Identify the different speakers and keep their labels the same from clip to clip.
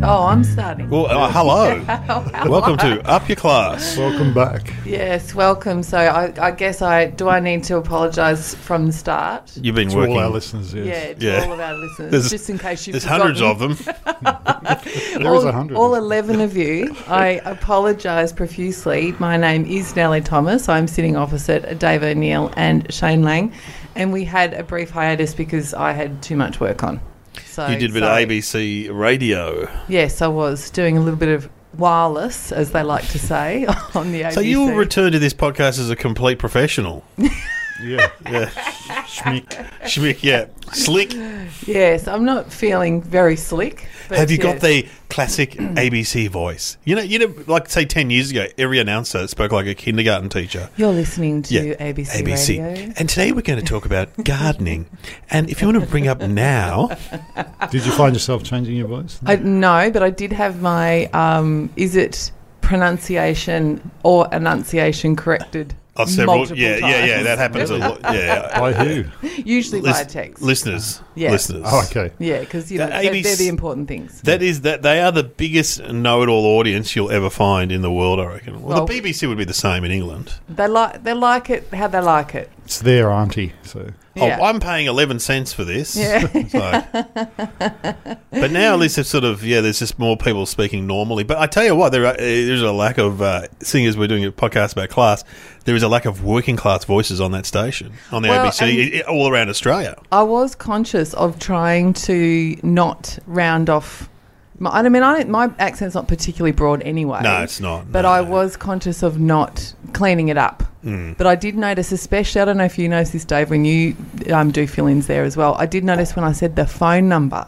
Speaker 1: Oh, I'm starting.
Speaker 2: Well, uh, hello.
Speaker 3: Oh,
Speaker 2: Welcome to Up Your Class.
Speaker 3: Welcome back.
Speaker 1: Yes, welcome. So I, I guess I do. I need to apologise from the start.
Speaker 2: You've been
Speaker 3: To
Speaker 2: working.
Speaker 3: all our listeners, yes.
Speaker 1: Yeah, to
Speaker 2: Yeah.
Speaker 1: all of our listeners,
Speaker 2: There's-
Speaker 1: just in case you've
Speaker 2: There's hundreds of
Speaker 1: forgotten.
Speaker 2: them.
Speaker 3: There is
Speaker 1: all,
Speaker 3: a hundred.
Speaker 1: all 11 of you, I apologise profusely. My name is Nellie Thomas. I'm sitting opposite Dave O'Neill and Shane Lang. And we had a brief hiatus because I had too much work on. So
Speaker 2: You did a bit
Speaker 1: sorry.
Speaker 2: of ABC radio.
Speaker 1: Yes, I was doing a little bit of wireless, as they like to say, on the ABC.
Speaker 2: So you will return to this podcast as a complete professional.
Speaker 3: yeah.
Speaker 2: Yeah.
Speaker 3: Schmeek.
Speaker 2: Schmick, yeah. Slick.
Speaker 1: Yes, I'm not feeling very slick. but
Speaker 2: Have you got
Speaker 1: yes.
Speaker 2: the classic ABC voice? You know, you know, like say ten years ago, every announcer spoke like a kindergarten teacher.
Speaker 1: You're listening to
Speaker 2: Yeah,
Speaker 1: ABC,
Speaker 2: ABC.
Speaker 1: Radio.
Speaker 2: And today we're going to talk about gardening. and if you want to bring up now,
Speaker 3: Did you find yourself changing your voice?
Speaker 1: I, no, but I did have my. Um, is it pronunciation or enunciation corrected?
Speaker 2: oh, several,
Speaker 1: multiple
Speaker 2: yeah, yeah, yeah, that
Speaker 1: times.
Speaker 2: happens a lot. Yeah,
Speaker 3: By who?
Speaker 1: Usually by
Speaker 2: Lis-
Speaker 1: text.
Speaker 2: listeners,
Speaker 1: Yeah.
Speaker 2: listeners.
Speaker 3: Oh, okay.
Speaker 1: yeah, because you know,
Speaker 2: The
Speaker 1: they're, they're
Speaker 2: ABC
Speaker 1: the important things.
Speaker 2: That is that they are the biggest know-it-all audience you'll ever find in the world. I reckon. Well,
Speaker 1: Well-
Speaker 2: the BBC would be the same in England.
Speaker 1: They like they like it how they like it.
Speaker 3: It's their auntie. So
Speaker 1: Yeah.
Speaker 2: Oh, I'm paying eleven cents for this.
Speaker 1: Yeah.
Speaker 2: So- but now at least it's sort of yeah, there's just more people speaking normally. But I tell you what, there are, there's a lack of uh, seeing as we're doing a podcast about class. There is a lack of working class voices on that station on the
Speaker 1: Well,
Speaker 2: ABC i- i- all around Australia.
Speaker 1: I was conscious of trying to not round off. My, I mean, I, don't- my accent's not particularly broad anyway.
Speaker 2: No, it's not.
Speaker 1: But
Speaker 2: No,
Speaker 1: I
Speaker 2: no.
Speaker 1: was conscious of not cleaning it up.
Speaker 2: Hmm.
Speaker 1: But I did notice, especially, I don't know if you noticed this, Dave, when you um, do fill ins there as well. I did notice when I said the phone number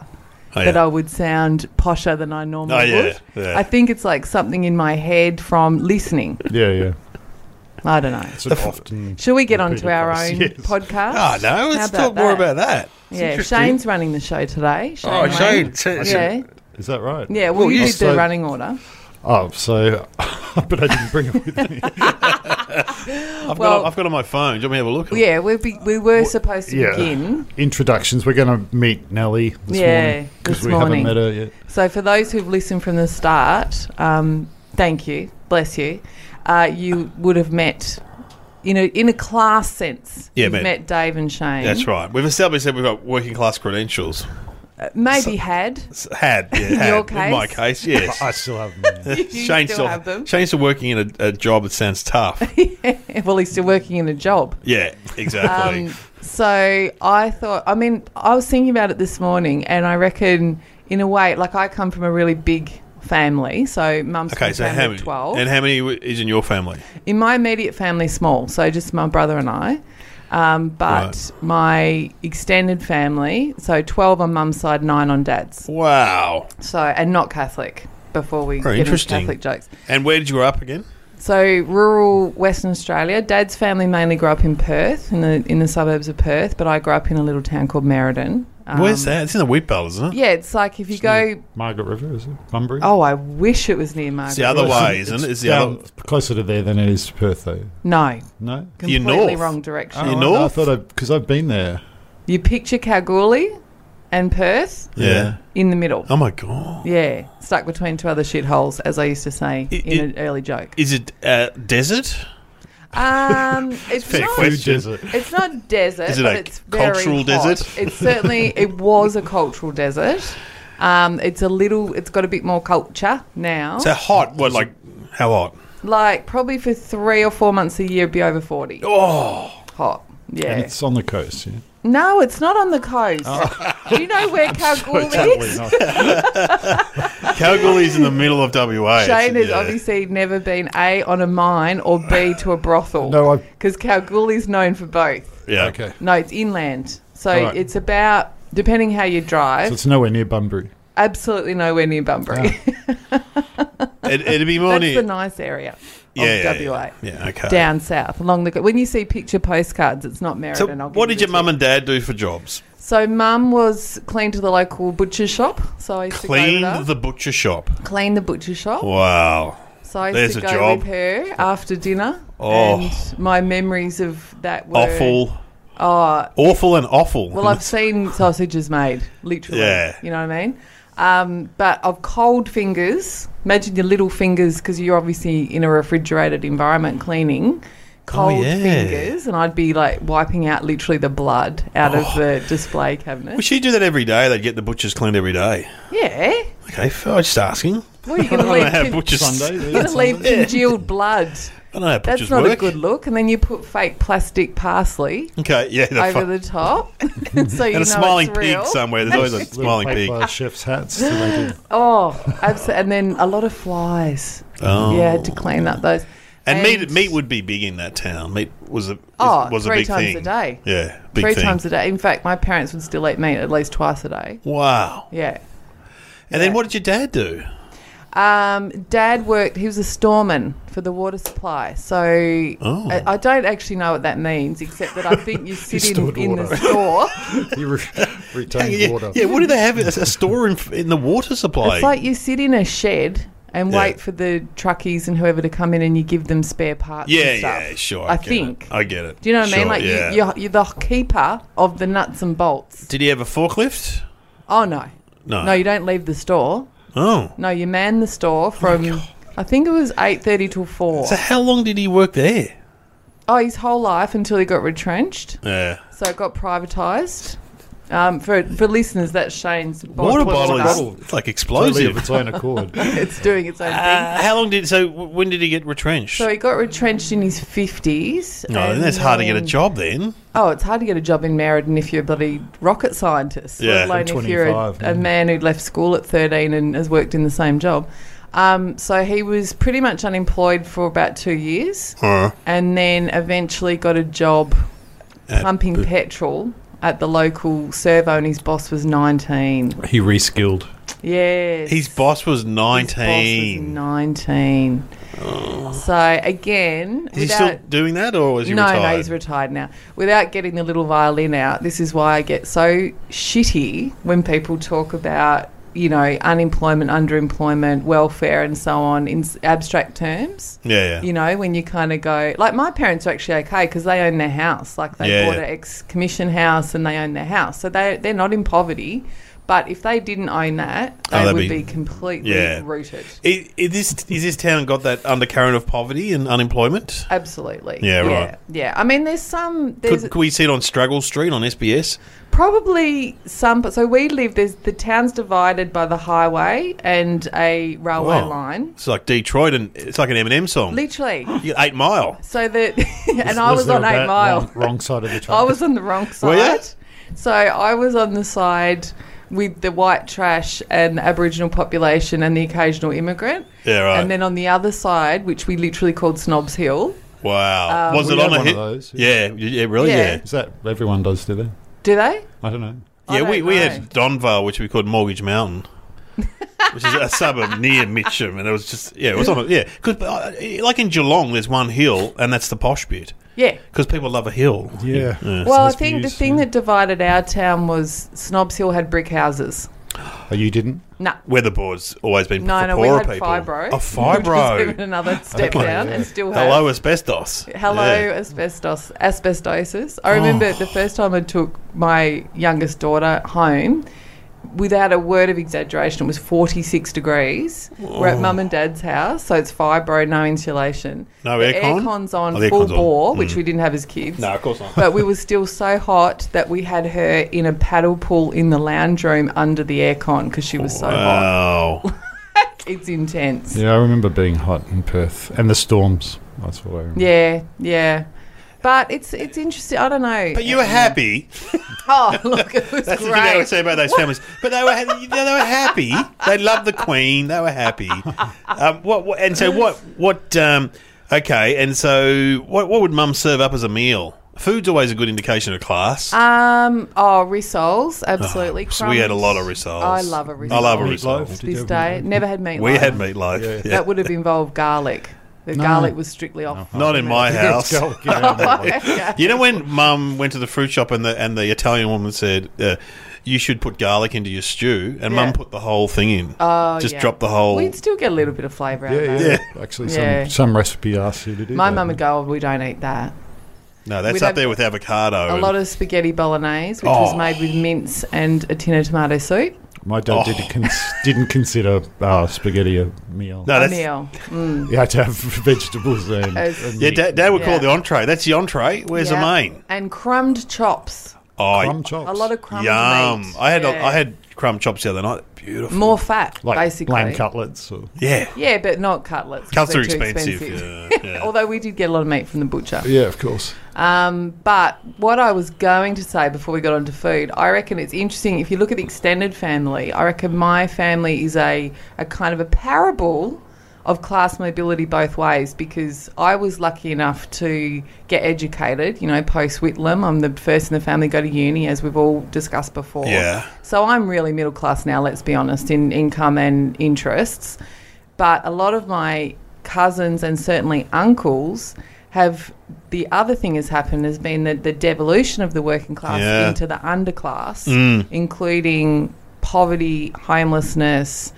Speaker 2: Oh,
Speaker 1: that
Speaker 2: yeah.
Speaker 1: I would sound posher than I normally
Speaker 2: Oh, yeah,
Speaker 1: would.
Speaker 2: yeah.
Speaker 1: I think it's like something in my head from listening.
Speaker 3: yeah, yeah.
Speaker 1: I don't know.
Speaker 3: It's an often.
Speaker 1: Shall we get on to our
Speaker 3: Yes.
Speaker 1: own podcast?
Speaker 2: Oh no!
Speaker 1: How
Speaker 2: Let's talk
Speaker 1: about
Speaker 2: more
Speaker 1: that?
Speaker 2: about that.
Speaker 1: Yeah,
Speaker 3: interesting.
Speaker 1: Shane's running the show today. Shane Lane. Yeah,
Speaker 3: Is that right?
Speaker 1: yeah. Well,
Speaker 2: Well,
Speaker 1: you
Speaker 2: you-
Speaker 1: did the
Speaker 3: So-
Speaker 1: running order.
Speaker 3: Oh, so but I didn't bring it with me.
Speaker 2: I've
Speaker 1: Well-
Speaker 2: got I've got it on my phone. Do you want me to have a look?
Speaker 1: Yeah, we be, we were supposed to
Speaker 3: yeah.
Speaker 1: begin.
Speaker 3: Introductions. We're going to meet Nellie this
Speaker 1: Yeah,
Speaker 3: morning
Speaker 1: this
Speaker 3: because we
Speaker 1: morning.
Speaker 3: haven't met her yet.
Speaker 1: So for those who've listened from the start, um, thank you, bless you. Uh, you would have met, you know, in a class sense.
Speaker 2: Yeah,
Speaker 1: you've
Speaker 2: met-
Speaker 1: met Dave and Shane.
Speaker 2: That's right. We've established that we've got working class credentials.
Speaker 1: Uh, Maybe had.
Speaker 2: S- Had, yeah, had.
Speaker 1: your
Speaker 2: in my
Speaker 1: case?
Speaker 2: case, yes.
Speaker 3: I still haven't. Met her.
Speaker 1: You
Speaker 2: Shane's
Speaker 1: still have them.
Speaker 2: Shane's still working in a, a job that sounds tough.
Speaker 1: well, he's still working in a job.
Speaker 2: yeah, exactly.
Speaker 1: Um, so I thought, I mean, I was thinking about it this morning, and I reckon, in a way, like I come from a really big family. So mum's
Speaker 2: okay,
Speaker 1: from
Speaker 2: so
Speaker 1: family
Speaker 2: how
Speaker 1: of
Speaker 2: many?
Speaker 1: 12.
Speaker 2: And how many w- is in your family?
Speaker 1: in my immediate family, small. So just my brother and I. Um, but my extended family, so 12 on mum's side, 9 on dad's.
Speaker 2: Wow.
Speaker 1: So, and not Catholic before we
Speaker 2: Very
Speaker 1: get into
Speaker 2: interesting.
Speaker 1: Catholic jokes.
Speaker 2: And where did you grow up again?
Speaker 1: So rural Western Australia. Dad's family mainly grew up in Perth, in the in the suburbs of Perth. But I grew up in a little town called Meriden. Um,
Speaker 2: Where's that? It's in the wheat belt, isn't it?
Speaker 1: Yeah, it's like if you go.
Speaker 3: Margaret River is it? Bunbury.
Speaker 1: Oh, I wish it was near
Speaker 2: It's
Speaker 1: Margaret.
Speaker 2: the other
Speaker 3: Well,
Speaker 2: way, isn't it? It's the
Speaker 3: down
Speaker 2: other.
Speaker 3: closer to there than it is to Perth, though.
Speaker 1: No,
Speaker 3: No.
Speaker 1: completely
Speaker 2: You're north.
Speaker 1: wrong direction.
Speaker 2: You're
Speaker 3: Oh, I
Speaker 2: north?
Speaker 3: thought I because I've been there.
Speaker 1: You picture Kalgoorlie and Perth
Speaker 2: Yeah.
Speaker 1: in the middle.
Speaker 2: Oh my god.
Speaker 1: Yeah, stuck between two other shitholes, as I used to say
Speaker 2: It-
Speaker 1: in
Speaker 2: it-
Speaker 1: an early joke.
Speaker 2: Is it uh, desert?
Speaker 1: Um, it's
Speaker 2: Fair
Speaker 1: not
Speaker 2: question.
Speaker 3: Food desert.
Speaker 1: It's not desert.
Speaker 2: Is it
Speaker 1: but
Speaker 2: a
Speaker 1: it's very
Speaker 2: cultural
Speaker 1: hot.
Speaker 2: desert?
Speaker 1: It's certainly it was a cultural desert. Um, it's a little. It's got a bit more culture now.
Speaker 2: So hot? What like? How hot?
Speaker 1: like probably for three or four months a year, it'd be over forty.
Speaker 2: Oh,
Speaker 1: Hot. Yeah.
Speaker 3: And it's on the coast. Yeah.
Speaker 1: no, it's not on the coast.
Speaker 2: Oh.
Speaker 1: Do you know where Kalgoorlie
Speaker 3: Totally
Speaker 1: is?
Speaker 3: not.
Speaker 2: Kalgoorlie's in the middle of WA.
Speaker 1: Shane has
Speaker 2: Yeah.
Speaker 1: obviously never been a on a mine or b to a brothel.
Speaker 3: No, I.
Speaker 1: because Kalgoorlie's known for both.
Speaker 2: Yeah.
Speaker 3: Okay.
Speaker 1: No, it's inland, so
Speaker 3: All right.
Speaker 1: it's about depending how you drive.
Speaker 3: So it's nowhere near Bunbury.
Speaker 1: absolutely nowhere near
Speaker 2: Ah.
Speaker 1: Bunbury.
Speaker 2: It, it'd be more
Speaker 1: That's
Speaker 2: near.
Speaker 1: the nice area of
Speaker 2: yeah, yeah,
Speaker 1: WA.
Speaker 2: Yeah. yeah. Okay.
Speaker 1: Down south, along the when you see picture postcards, it's not Meriden.
Speaker 2: So,
Speaker 1: I'll give
Speaker 2: what
Speaker 1: you
Speaker 2: did
Speaker 1: the
Speaker 2: your mum
Speaker 1: tip.
Speaker 2: and dad do for jobs?
Speaker 1: So, mum was clean to the local butcher shop. So I used to go
Speaker 2: Cleaned
Speaker 1: with
Speaker 2: the butcher shop.
Speaker 1: her. clean the butcher shop.
Speaker 2: Wow.
Speaker 1: so I used
Speaker 2: there's
Speaker 1: to
Speaker 2: a
Speaker 1: go
Speaker 2: job.
Speaker 1: with her after dinner.
Speaker 2: Oh.
Speaker 1: And my memories of that were
Speaker 2: Awful.
Speaker 1: Oh,
Speaker 2: Awful and awful.
Speaker 1: well, I've seen sausages made, literally.
Speaker 2: Yeah.
Speaker 1: You know what I mean? Um, but of cold fingers, imagine your little fingers because you're obviously in a refrigerated environment cleaning. Cold
Speaker 2: Oh, yeah.
Speaker 1: fingers, and I'd be like wiping out literally the blood out of
Speaker 2: Oh.
Speaker 1: the display cabinet.
Speaker 2: Well, she do that every day. They get the butchers cleaned every day.
Speaker 1: yeah,
Speaker 2: Okay, f- I was just asking.
Speaker 1: well, you're going
Speaker 2: I don't
Speaker 1: to
Speaker 2: know
Speaker 1: leave,
Speaker 2: how
Speaker 1: con-
Speaker 2: butchers.
Speaker 3: Sunday.
Speaker 2: I
Speaker 1: you're gonna leave congealed blood.
Speaker 2: don't know how
Speaker 1: That's
Speaker 2: butchers
Speaker 1: not
Speaker 2: work.
Speaker 1: a good look. And then you put fake plastic parsley
Speaker 2: okay, yeah, the
Speaker 1: over
Speaker 2: fu-
Speaker 1: the top, and so you know
Speaker 2: and a smiling
Speaker 1: it's
Speaker 2: pig
Speaker 1: real.
Speaker 2: somewhere. There's always a
Speaker 3: Little
Speaker 2: smiling pig.
Speaker 3: paper chef's hats. to make it-
Speaker 1: Oh, absolutely. And then a lot of flies.
Speaker 2: Oh.
Speaker 1: Yeah, to clean up those.
Speaker 2: And, meat,
Speaker 1: And-
Speaker 2: meat would be big in that town. Meat was a
Speaker 1: Oh,
Speaker 2: was a
Speaker 1: three
Speaker 2: big
Speaker 1: times
Speaker 2: thing.
Speaker 1: a day.
Speaker 2: Yeah, big
Speaker 1: three
Speaker 2: thing.
Speaker 1: times a day. In fact, my parents would still eat meat at least twice a day.
Speaker 2: Wow.
Speaker 1: Yeah.
Speaker 2: And then
Speaker 1: Yeah.
Speaker 2: what did your dad do?
Speaker 1: Um, Dad worked, he was a storeman for the water supply. So
Speaker 2: Oh.
Speaker 1: I, I don't actually know what that means, except that I think you sit in,
Speaker 3: stored
Speaker 1: in the
Speaker 3: water.
Speaker 1: store.
Speaker 3: You re- retain
Speaker 2: yeah,
Speaker 3: water.
Speaker 2: yeah, what do they have? A, a store in, in the water supply.
Speaker 1: It's like you sit in a shed and
Speaker 2: Yeah.
Speaker 1: wait for the truckies and whoever to come in and you give them spare parts
Speaker 2: yeah,
Speaker 1: and stuff.
Speaker 2: yeah, sure.
Speaker 1: I
Speaker 2: get it.
Speaker 1: think.
Speaker 2: I get it.
Speaker 1: Do you know what I mean?
Speaker 2: Sure,
Speaker 1: Like
Speaker 2: yeah.
Speaker 1: you, you're, you're the keeper of the nuts and bolts.
Speaker 2: Did he have a forklift?
Speaker 1: Oh no.
Speaker 2: No.
Speaker 1: No, you don't leave the store.
Speaker 2: oh.
Speaker 1: No, you man the store from I think it was eight thirty till four.
Speaker 2: So how long did he work there?
Speaker 1: oh, his whole life until he got retrenched.
Speaker 2: Yeah.
Speaker 1: So it got privatised. Um, for for listeners, that's Shane's
Speaker 2: Water
Speaker 1: bottle.
Speaker 2: bottle
Speaker 3: bottle.
Speaker 2: is it's like
Speaker 3: Totally of
Speaker 2: explosive.
Speaker 3: its own accord.
Speaker 1: It's doing its own thing.
Speaker 2: Uh, how long did so? w- When did he get retrenched?
Speaker 1: So he got retrenched in his fifties.
Speaker 2: no, then that's hard to get a job then.
Speaker 1: Oh, it's hard to get a job in Meriden if you're a bloody rocket scientist,
Speaker 2: Yeah.
Speaker 1: let alone if you're a,
Speaker 3: 25,
Speaker 1: a
Speaker 3: yeah.
Speaker 1: man who left school at 13 and has worked in the same job. Um, so he was pretty much unemployed for about two years
Speaker 2: Huh.
Speaker 1: and then eventually got a job
Speaker 2: At
Speaker 1: pumping
Speaker 2: the-
Speaker 1: petrol at the local servo and his boss was 19.
Speaker 3: He reskilled.
Speaker 1: Yes.
Speaker 2: His boss was
Speaker 1: His boss was
Speaker 2: nineteen. Oh.
Speaker 1: 19. So again,
Speaker 2: Is he still doing that, or was he
Speaker 1: no,
Speaker 2: retired?
Speaker 1: no, he's retired now. Without getting the little violin out, this is why I get so shitty when people talk about, you know, unemployment, underemployment, welfare, and so on in s- abstract terms.
Speaker 2: yeah, yeah.
Speaker 1: You know, when you kind of go, like my parents are actually okay because they own their house. Like they
Speaker 2: Yeah.
Speaker 1: bought an ex commission house and they own their house. So they, they're not in poverty. But if they didn't own that,
Speaker 2: Oh,
Speaker 1: they
Speaker 2: they'd
Speaker 1: would be,
Speaker 2: be-
Speaker 1: completely
Speaker 2: Yeah.
Speaker 1: rooted.
Speaker 2: Is, is this is this town got that undercurrent of poverty and unemployment?
Speaker 1: Absolutely.
Speaker 2: Yeah, right.
Speaker 1: Yeah. I mean, there's some. There's,
Speaker 2: Could, could we see it on Struggle Street on SBS?
Speaker 1: Probably some. So we live. There's the town's divided by the highway and a railway
Speaker 2: Wow.
Speaker 1: line.
Speaker 2: It's like Detroit, and it's like an Eminem song.
Speaker 1: Literally.
Speaker 2: You get Eight Mile.
Speaker 1: So that, and I was
Speaker 3: there
Speaker 1: on
Speaker 3: a
Speaker 1: Eight
Speaker 3: bad-
Speaker 1: Mile.
Speaker 3: Wrong, wrong side of the track.
Speaker 1: I was on the wrong
Speaker 2: Were ya?
Speaker 1: side. So I was on the side with the white trash and the Aboriginal population and the occasional immigrant.
Speaker 2: Yeah, right.
Speaker 1: And then on the other side, which we literally called Snobs Hill.
Speaker 2: Wow.
Speaker 1: Um,
Speaker 2: was
Speaker 3: We
Speaker 2: it on
Speaker 3: had
Speaker 2: a
Speaker 3: one
Speaker 2: hit?
Speaker 3: of those,
Speaker 2: yeah. yeah, yeah, really,
Speaker 1: Yeah.
Speaker 2: yeah.
Speaker 3: Is that everyone does, do they?
Speaker 1: Do they?
Speaker 3: I don't know.
Speaker 1: I
Speaker 2: Yeah, we,
Speaker 1: don't
Speaker 2: we
Speaker 1: know.
Speaker 2: had Donvale, which we called Mortgage Mountain, which is a suburb near Mitcham, and it was just yeah, it was on a, yeah, because like in Geelong, there's one hill, and that's the posh bit
Speaker 1: Yeah.
Speaker 2: because people love a hill.
Speaker 3: Yeah.
Speaker 1: Well, I
Speaker 3: nice
Speaker 1: think the
Speaker 3: views,
Speaker 1: thing
Speaker 3: yeah.
Speaker 1: that divided our town was Snobs Hill had brick houses.
Speaker 3: Oh, you didn't?
Speaker 1: No.
Speaker 2: Weatherboard's always been
Speaker 1: No,
Speaker 2: for
Speaker 1: no, we
Speaker 2: poorer
Speaker 1: had
Speaker 2: people.
Speaker 1: fibro.
Speaker 2: Oh,
Speaker 1: Just even
Speaker 2: fibro.
Speaker 1: another step
Speaker 2: Okay.
Speaker 1: down and still have
Speaker 2: Hello, asbestos.
Speaker 1: hello
Speaker 2: Yeah. Oh.
Speaker 1: asbestos asbestosis. I remember the first time I took my youngest daughter home. Without a word of exaggeration, it was 46 degrees. We're
Speaker 2: Oh.
Speaker 1: at mum and dad's house, so it's fibro, no insulation.
Speaker 2: No
Speaker 1: the
Speaker 2: aircon?
Speaker 1: aircon's on
Speaker 2: Oh, the
Speaker 1: full
Speaker 2: aircon's on.
Speaker 1: bore, which we didn't have as kids.
Speaker 2: No, of course not.
Speaker 1: But we were still so hot that we had her in a paddle pool in the lounge room under the aircon because she was so hot.
Speaker 2: Wow.
Speaker 1: It's intense.
Speaker 3: Yeah, I remember being hot in Perth and the storms. That's what I remember.
Speaker 1: Yeah, yeah. But it's it's interesting. I don't know.
Speaker 2: But you were happy.
Speaker 1: Oh, look, it was
Speaker 2: That's the thing I would
Speaker 1: great.
Speaker 2: say about those families. But they were ha- they were happy. They loved the Queen. They were happy. Um, what, what and so what what um, okay and so what what would Mum serve up as a meal? Food's always a good indication of class.
Speaker 1: Um, oh, rissoles, absolutely.
Speaker 2: so we had a lot of
Speaker 1: Crumbs.
Speaker 2: rissoles.
Speaker 1: I love a risole.
Speaker 2: I love a
Speaker 3: Meatloaf.
Speaker 2: risole.
Speaker 1: This day, never had meat.
Speaker 2: We
Speaker 1: like
Speaker 2: had
Speaker 1: that.
Speaker 2: meatloaf.
Speaker 3: Yeah.
Speaker 2: Yeah.
Speaker 1: That would have involved garlic. The
Speaker 3: No.
Speaker 1: garlic was strictly off.
Speaker 2: Not in my house.
Speaker 1: Okay.
Speaker 2: You know when Mum went to the fruit shop and the and the Italian woman said, uh, "You should put garlic into your stew," and
Speaker 1: Yeah.
Speaker 2: Mum put the whole thing in.
Speaker 1: Oh,
Speaker 2: Just
Speaker 1: yeah.
Speaker 2: drop the whole.
Speaker 1: We'd still get a little bit of flavour out
Speaker 3: Yeah,
Speaker 1: of
Speaker 3: yeah,
Speaker 1: that.
Speaker 3: Actually,
Speaker 1: Yeah.
Speaker 3: some, some recipe asks you to do
Speaker 1: My
Speaker 3: that.
Speaker 1: mum would go, oh, we don't eat that.
Speaker 2: no, that's
Speaker 1: we'd
Speaker 2: up
Speaker 1: have
Speaker 2: there with avocado.
Speaker 1: A
Speaker 2: and-
Speaker 1: lot of spaghetti bolognese, which
Speaker 2: Oh.
Speaker 1: was made with mince and a tin of tomato soup.
Speaker 3: My dad
Speaker 2: Oh.
Speaker 3: didn't, cons- didn't consider uh, spaghetti a meal.
Speaker 2: No,
Speaker 1: A
Speaker 2: Oh, that's
Speaker 1: meal. Mm.
Speaker 3: You had to have vegetables and,
Speaker 1: As-
Speaker 3: and
Speaker 2: yeah.
Speaker 3: meat.
Speaker 2: Dad, Dad would call
Speaker 1: Yeah.
Speaker 2: it the entree. That's the entree. Where's
Speaker 1: Yeah.
Speaker 2: the main?
Speaker 1: And crumbed chops.
Speaker 2: Oh,
Speaker 3: crumb chops.
Speaker 1: A lot of crumbed
Speaker 2: yum!
Speaker 1: meat.
Speaker 2: I had a,
Speaker 1: Yeah.
Speaker 2: I had crumb chops the other night. Beautiful.
Speaker 1: more fat,
Speaker 3: like
Speaker 1: basically.
Speaker 3: lamb cutlets. Or,
Speaker 2: Yeah.
Speaker 1: Yeah, but not cutlets. 'cause
Speaker 2: Cuts are
Speaker 1: they're Mm. too
Speaker 2: expensive. Yeah, yeah.
Speaker 1: Although we did get a lot of meat from the butcher.
Speaker 3: yeah, of course.
Speaker 1: Um, but what I was going to say before we got onto food, I reckon it's interesting if you look at the extended family. I reckon my family is a, a kind of a parable of class mobility both ways because I was lucky enough to get educated, you know, post Whitlam. I'm the first in the family to go to uni, as we've all discussed before.
Speaker 2: Yeah.
Speaker 1: So I'm really middle class now, let's be honest, in income and interests. But a lot of my cousins and certainly uncles have the other thing has happened has been that the devolution of the working class
Speaker 2: Yeah.
Speaker 1: into the underclass,
Speaker 2: Mm.
Speaker 1: including poverty, homelessness,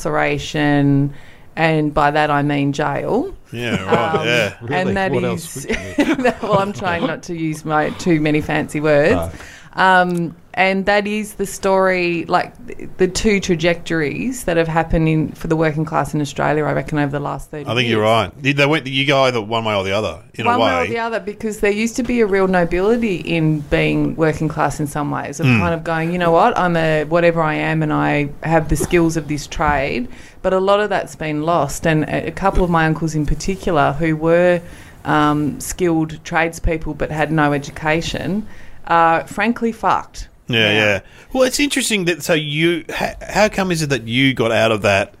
Speaker 1: incarceration, and by that I mean jail.
Speaker 2: Yeah. Right.
Speaker 1: Um,
Speaker 2: yeah.
Speaker 3: Really?
Speaker 1: And that
Speaker 3: what else?
Speaker 1: is-
Speaker 3: would you need?
Speaker 1: well, I'm trying not to use my too many fancy words.
Speaker 3: Ah.
Speaker 1: Um, and that is the story, like th- the two trajectories that have happened in, for the working class in Australia. I reckon over the last thirty.
Speaker 2: I think
Speaker 1: years.
Speaker 2: you're right. You- They went. You go either one way or the other. In
Speaker 1: One
Speaker 2: a way.
Speaker 1: way or the other, because there used to be a real nobility in being working class in some ways,
Speaker 2: Hmm.
Speaker 1: of kind of going, you know what, I'm a whatever I am, and I have the skills of this trade. But a lot of that's been lost, and a a couple of my uncles in particular, who were um, skilled tradespeople but had no education, are frankly fucked.
Speaker 2: Yeah,
Speaker 1: now.
Speaker 2: yeah, Well, it's interesting that so you how, how come is it that you got out of that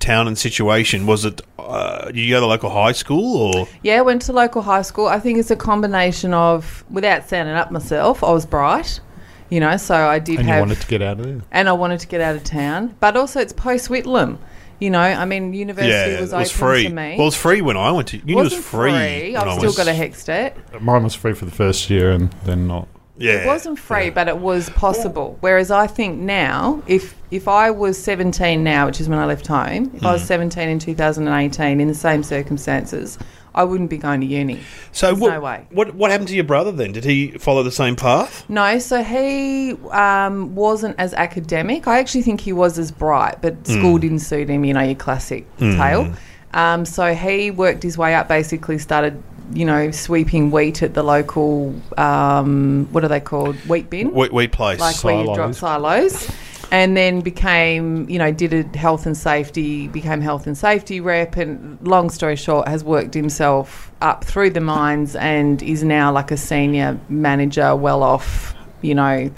Speaker 2: town and situation? Was it uh, did you go to local high school or
Speaker 1: Yeah, went to local high school. I think it's a combination of, without sounding up myself, I was bright, you know, so I did
Speaker 3: and you
Speaker 1: have.
Speaker 3: wanted to get out of there.
Speaker 1: and I wanted to get out of town. But also, it's post Whitlam. You know, I mean, university
Speaker 2: yeah,
Speaker 1: was
Speaker 2: it
Speaker 1: open
Speaker 2: was free.
Speaker 1: to me.
Speaker 2: Well, it was free when I went to uni. It was
Speaker 1: Wasn't
Speaker 2: free. when I
Speaker 1: I've still
Speaker 2: was-
Speaker 1: got a hex debt.
Speaker 3: Mine was free for the first year and then not.
Speaker 2: Yeah,
Speaker 1: It wasn't free, but it was possible. Whereas I think now, if if I was 17 now, which is when I left home, if I
Speaker 2: Hmm.
Speaker 1: was 17 in 2018 in the same circumstances, I wouldn't be going to uni.
Speaker 2: So
Speaker 1: There's
Speaker 2: what,
Speaker 1: no way.
Speaker 2: what what happened to your brother then? Did he follow the same path?
Speaker 1: No, so he um, wasn't as academic. I actually think he was as bright, but school didn't suit him, you know, your classic tale. Um, so he worked his way up, basically started, you know, sweeping wheat at the local, um, what are they called? Wheat bin?
Speaker 2: Wheat, wheat place.
Speaker 1: like where you drop silos. And then became, you know, did a health and safety, became health and safety rep, and long story short, has worked himself up through the mines and is now like a senior manager, well off, you know,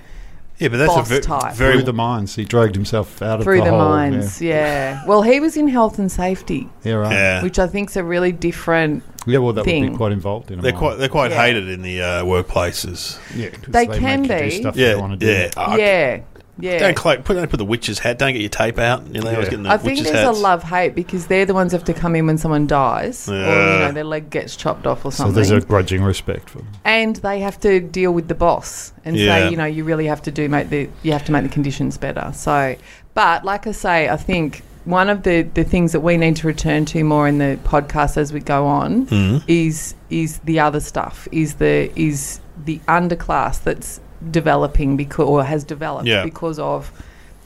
Speaker 2: yeah, but that's a
Speaker 1: boss
Speaker 2: ve-
Speaker 1: type.
Speaker 2: very
Speaker 3: through the mines. He dragged himself out
Speaker 1: through
Speaker 3: of
Speaker 1: the,
Speaker 3: the, hole.
Speaker 1: mines. Yeah. Well, he was in health and safety,
Speaker 3: Yeah, yeah right.
Speaker 2: yeah.
Speaker 1: which I think's a really different.
Speaker 3: Yeah, well, that would
Speaker 1: thing.
Speaker 3: be quite involved in a
Speaker 2: They're
Speaker 3: mine.
Speaker 2: quite they're quite
Speaker 1: Yeah.
Speaker 2: hated in the uh, workplaces.
Speaker 3: Yeah, 'cause
Speaker 1: They
Speaker 3: make
Speaker 1: can
Speaker 3: you do
Speaker 1: be.
Speaker 3: stuff you
Speaker 2: Yeah,
Speaker 3: don't wanna do.
Speaker 2: yeah. Ah,
Speaker 1: yeah. Yeah.
Speaker 2: Don't, cla- put, don't put the witch's hat. Don't get your tape out. You know, I was
Speaker 3: Yeah.
Speaker 2: getting the
Speaker 1: I think
Speaker 2: witch's
Speaker 1: there's
Speaker 2: hats.
Speaker 1: a love hate because they're the ones who have to come in when someone dies, or you
Speaker 2: Yeah.
Speaker 1: know, their leg gets chopped off or
Speaker 3: So
Speaker 1: something.
Speaker 3: there's a grudging respect for them.
Speaker 1: and they have to deal with the boss and
Speaker 2: Yeah.
Speaker 1: say, you know, you really have to do make the you have to make the conditions better. So, but like I say, I think one of the the things that we need to return to more in the podcast as we go on
Speaker 2: Mhm.
Speaker 1: is is the other stuff is the is the underclass that's developing because or has developed
Speaker 2: Yeah.
Speaker 1: because of.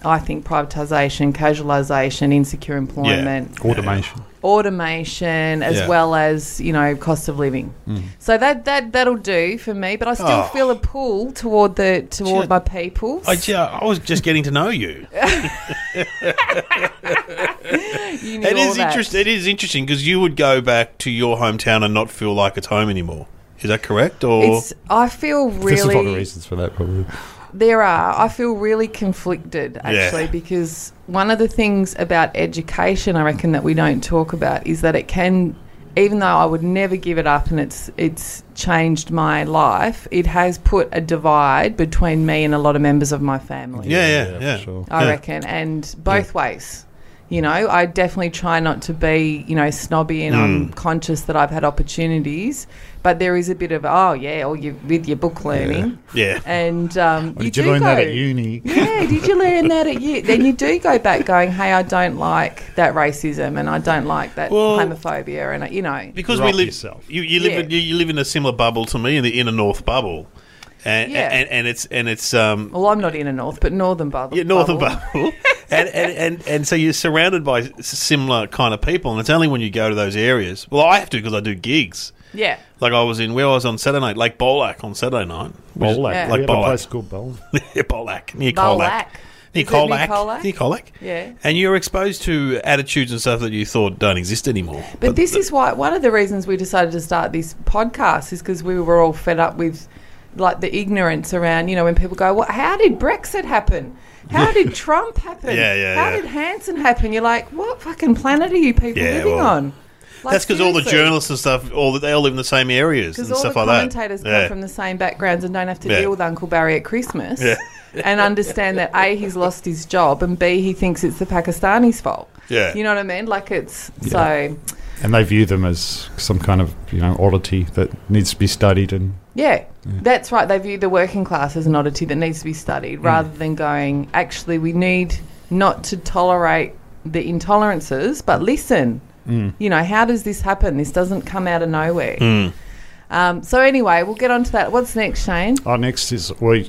Speaker 1: I think privatisation, casualisation, insecure employment,
Speaker 3: Automation.
Speaker 1: automation as
Speaker 2: Yeah. Mm.
Speaker 1: well as you know cost of living. So that that that'll do for me. But I still
Speaker 2: Oh.
Speaker 1: feel a pull toward the toward
Speaker 2: Gee,
Speaker 1: my people.
Speaker 2: I, ju- I was just getting to know you.
Speaker 1: You knew
Speaker 2: It
Speaker 1: all
Speaker 2: is
Speaker 1: that.
Speaker 2: interesting. It is interesting because you would go back to your hometown and not feel like it's home anymore. Is that correct? Or
Speaker 1: It's, I feel
Speaker 3: There's a lot of
Speaker 1: really
Speaker 3: reasons for that, probably.
Speaker 1: there are. I feel really conflicted actually
Speaker 2: Yeah.
Speaker 1: because one of the things about education I reckon that we don't talk about is that it can even though I would never give it up and it's it's changed my life, it has put a divide between me and a lot of members of my family.
Speaker 2: Yeah, yeah, yeah.
Speaker 3: For sure.
Speaker 1: I
Speaker 2: Yeah.
Speaker 1: reckon, and both ways. You know, I definitely try not to be, you know, snobby, and I'm conscious that I've had opportunities, but there is a bit of, oh yeah, or you with your book learning,
Speaker 2: yeah,
Speaker 1: and um,
Speaker 3: Well,
Speaker 1: you
Speaker 3: did you
Speaker 1: do
Speaker 3: learn
Speaker 1: go,
Speaker 3: that at uni?
Speaker 1: yeah, did you learn that at you? Then you do go back, going, hey, I don't like that racism, and I don't like that
Speaker 2: Well-
Speaker 1: homophobia, and I- you know,
Speaker 2: because
Speaker 3: You're
Speaker 2: we
Speaker 3: up
Speaker 2: live.
Speaker 3: yourself.
Speaker 2: You, you live.
Speaker 1: Yeah.
Speaker 2: in- You, you live in a similar bubble to me in the inner north bubble, and
Speaker 1: Yeah.
Speaker 2: and, and it's and it's um,
Speaker 1: Well, I'm not in a north, but northern bubble.
Speaker 2: yeah, northern
Speaker 1: bubble.
Speaker 2: bubble. and, and, and, and so you're surrounded by s- similar kind of people, and it's only when you go to those areas. Well, I have to because I do gigs.
Speaker 1: Yeah.
Speaker 2: Like I was in where I was on Saturday night, Lake Bolak on Saturday night. Which is-
Speaker 3: Bolak.
Speaker 1: Yeah.
Speaker 2: Like
Speaker 3: we have
Speaker 2: Bolak.
Speaker 3: a place called Bolak.
Speaker 2: yeah, Bolak near Colac.
Speaker 1: Bolak.
Speaker 2: Near
Speaker 1: Is it near
Speaker 2: Colac.
Speaker 1: Colac?
Speaker 2: Near Colac.
Speaker 1: Yeah.
Speaker 2: And you're exposed to attitudes and stuff that you thought don't exist anymore.
Speaker 1: But this is why one of the reasons we decided to start this podcast is because we were all fed up with like the ignorance around, you know, when people go, well, how did Brexit happen? How did Trump happen?
Speaker 2: Yeah, yeah,
Speaker 1: How
Speaker 2: yeah.
Speaker 1: did Hanson happen? You're like, what fucking planet are you people
Speaker 2: Yeah,
Speaker 1: living
Speaker 2: well,
Speaker 1: on? Like,
Speaker 2: That's because all the
Speaker 1: seriously.
Speaker 2: journalists and stuff, all the, they all live in the same areas and
Speaker 1: Because all
Speaker 2: stuff
Speaker 1: the
Speaker 2: like that.
Speaker 1: commentators come
Speaker 2: Yeah.
Speaker 1: from the same backgrounds and don't have to
Speaker 2: Yeah.
Speaker 1: deal with Uncle Barry at Christmas
Speaker 2: Yeah.
Speaker 1: and understand that A, he's lost his job and B, he thinks it's the Pakistanis' fault.
Speaker 2: Yeah.
Speaker 1: You know what I mean? Like it's
Speaker 3: Yeah.
Speaker 1: so,
Speaker 3: And they view them as some kind of, you know, oddity that needs to be studied and
Speaker 1: yeah, that's right. They view the working class as an oddity that needs to be
Speaker 3: Mm.
Speaker 1: studied rather than going, actually, we need not to tolerate the intolerances, but listen.
Speaker 3: Mm.
Speaker 1: You know, how does this happen? This doesn't come out of nowhere.
Speaker 2: Mm.
Speaker 1: Um, so, anyway, we'll get on to that. What's next, Shane?
Speaker 3: Our next is well,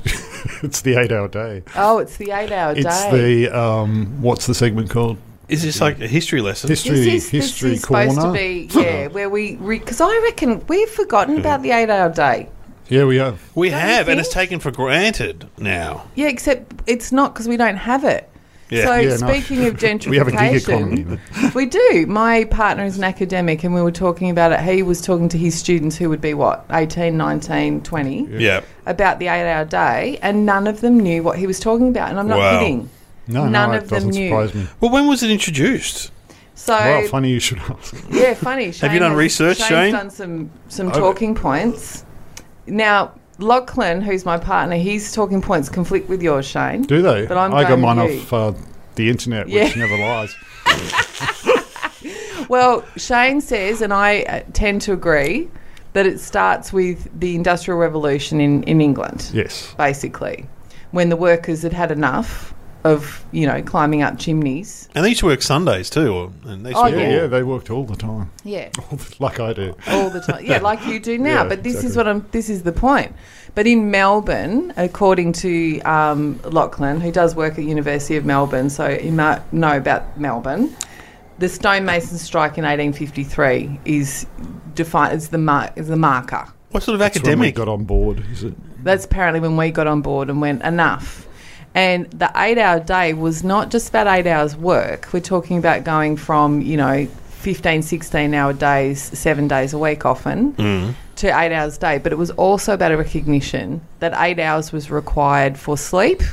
Speaker 3: it's the eight-hour day.
Speaker 1: Oh, it's the eight hour
Speaker 3: It's
Speaker 1: day.
Speaker 3: the um, what's the segment called?
Speaker 2: Is this like a history lesson?
Speaker 3: History
Speaker 1: this is,
Speaker 3: History
Speaker 1: this is
Speaker 3: Corner.
Speaker 1: supposed to be yeah where we because I reckon we've forgotten about the eight hour day.
Speaker 3: Yeah, we have.
Speaker 2: we
Speaker 1: Don't you
Speaker 2: have, and it's
Speaker 1: think?
Speaker 2: taken for granted now.
Speaker 1: Yeah, except it's not because we don't have it.
Speaker 2: Yeah.
Speaker 1: So
Speaker 3: Yeah, no.
Speaker 1: speaking of gentrification,
Speaker 3: We have a gig economy. then.
Speaker 1: we do. My partner is an academic, and we were talking about it. He was talking to his students who would be what 18, 19, 20
Speaker 2: Yeah.
Speaker 1: about the eight hour day, and none of them knew what he was talking about. And I'm not
Speaker 2: Wow.
Speaker 1: kidding.
Speaker 3: No,
Speaker 1: None
Speaker 3: no,
Speaker 1: of
Speaker 3: it
Speaker 1: them
Speaker 3: doesn't
Speaker 1: knew.
Speaker 3: surprise me.
Speaker 2: Well, when was it introduced?
Speaker 1: So
Speaker 3: Well, funny you should ask.
Speaker 1: Yeah, funny. Shane
Speaker 2: you done
Speaker 1: has-
Speaker 2: research,
Speaker 1: Shane's
Speaker 2: Shane?
Speaker 1: done some some
Speaker 2: Over-
Speaker 1: talking points. Now, Lachlan, who's my partner, his talking points conflict with yours, Shane.
Speaker 3: Do they?
Speaker 1: But I'm
Speaker 3: I got
Speaker 1: going
Speaker 3: mine
Speaker 1: with you.
Speaker 3: off uh, the internet,
Speaker 1: Yeah.
Speaker 3: which never lies.
Speaker 1: Well, Shane says, and I uh, tend to agree, that it starts with the Industrial Revolution in, in England,
Speaker 3: Yes.
Speaker 1: basically, when the workers had had enough of, you know, climbing up chimneys.
Speaker 2: And they used to work Sundays too. Or, and they used
Speaker 1: Oh,
Speaker 2: to
Speaker 3: yeah,
Speaker 2: work
Speaker 1: yeah.
Speaker 3: yeah,
Speaker 2: all-
Speaker 3: they worked all the time,
Speaker 1: Yeah.
Speaker 3: like I do.
Speaker 1: all the time. Yeah, like you do now.
Speaker 3: Yeah,
Speaker 1: but this is
Speaker 3: exactly.
Speaker 1: what I'm. This is the point. But in Melbourne, according to um, Lachlan, who does work at University of Melbourne, so he might know about Melbourne. The stonemasons strike in 1853 is defined as the mar- is the marker.
Speaker 2: What sort of
Speaker 3: That's when we
Speaker 2: academic?
Speaker 3: got on board. Is it?
Speaker 1: That's apparently when we got on board and went enough. And the eight hour day was not just about eight hours work. We're talking about going from, you know, 15, 16 hour days, seven days a week often,
Speaker 2: Hmm.
Speaker 1: to eight hours a day. But it was also about a recognition that eight hours was required for sleep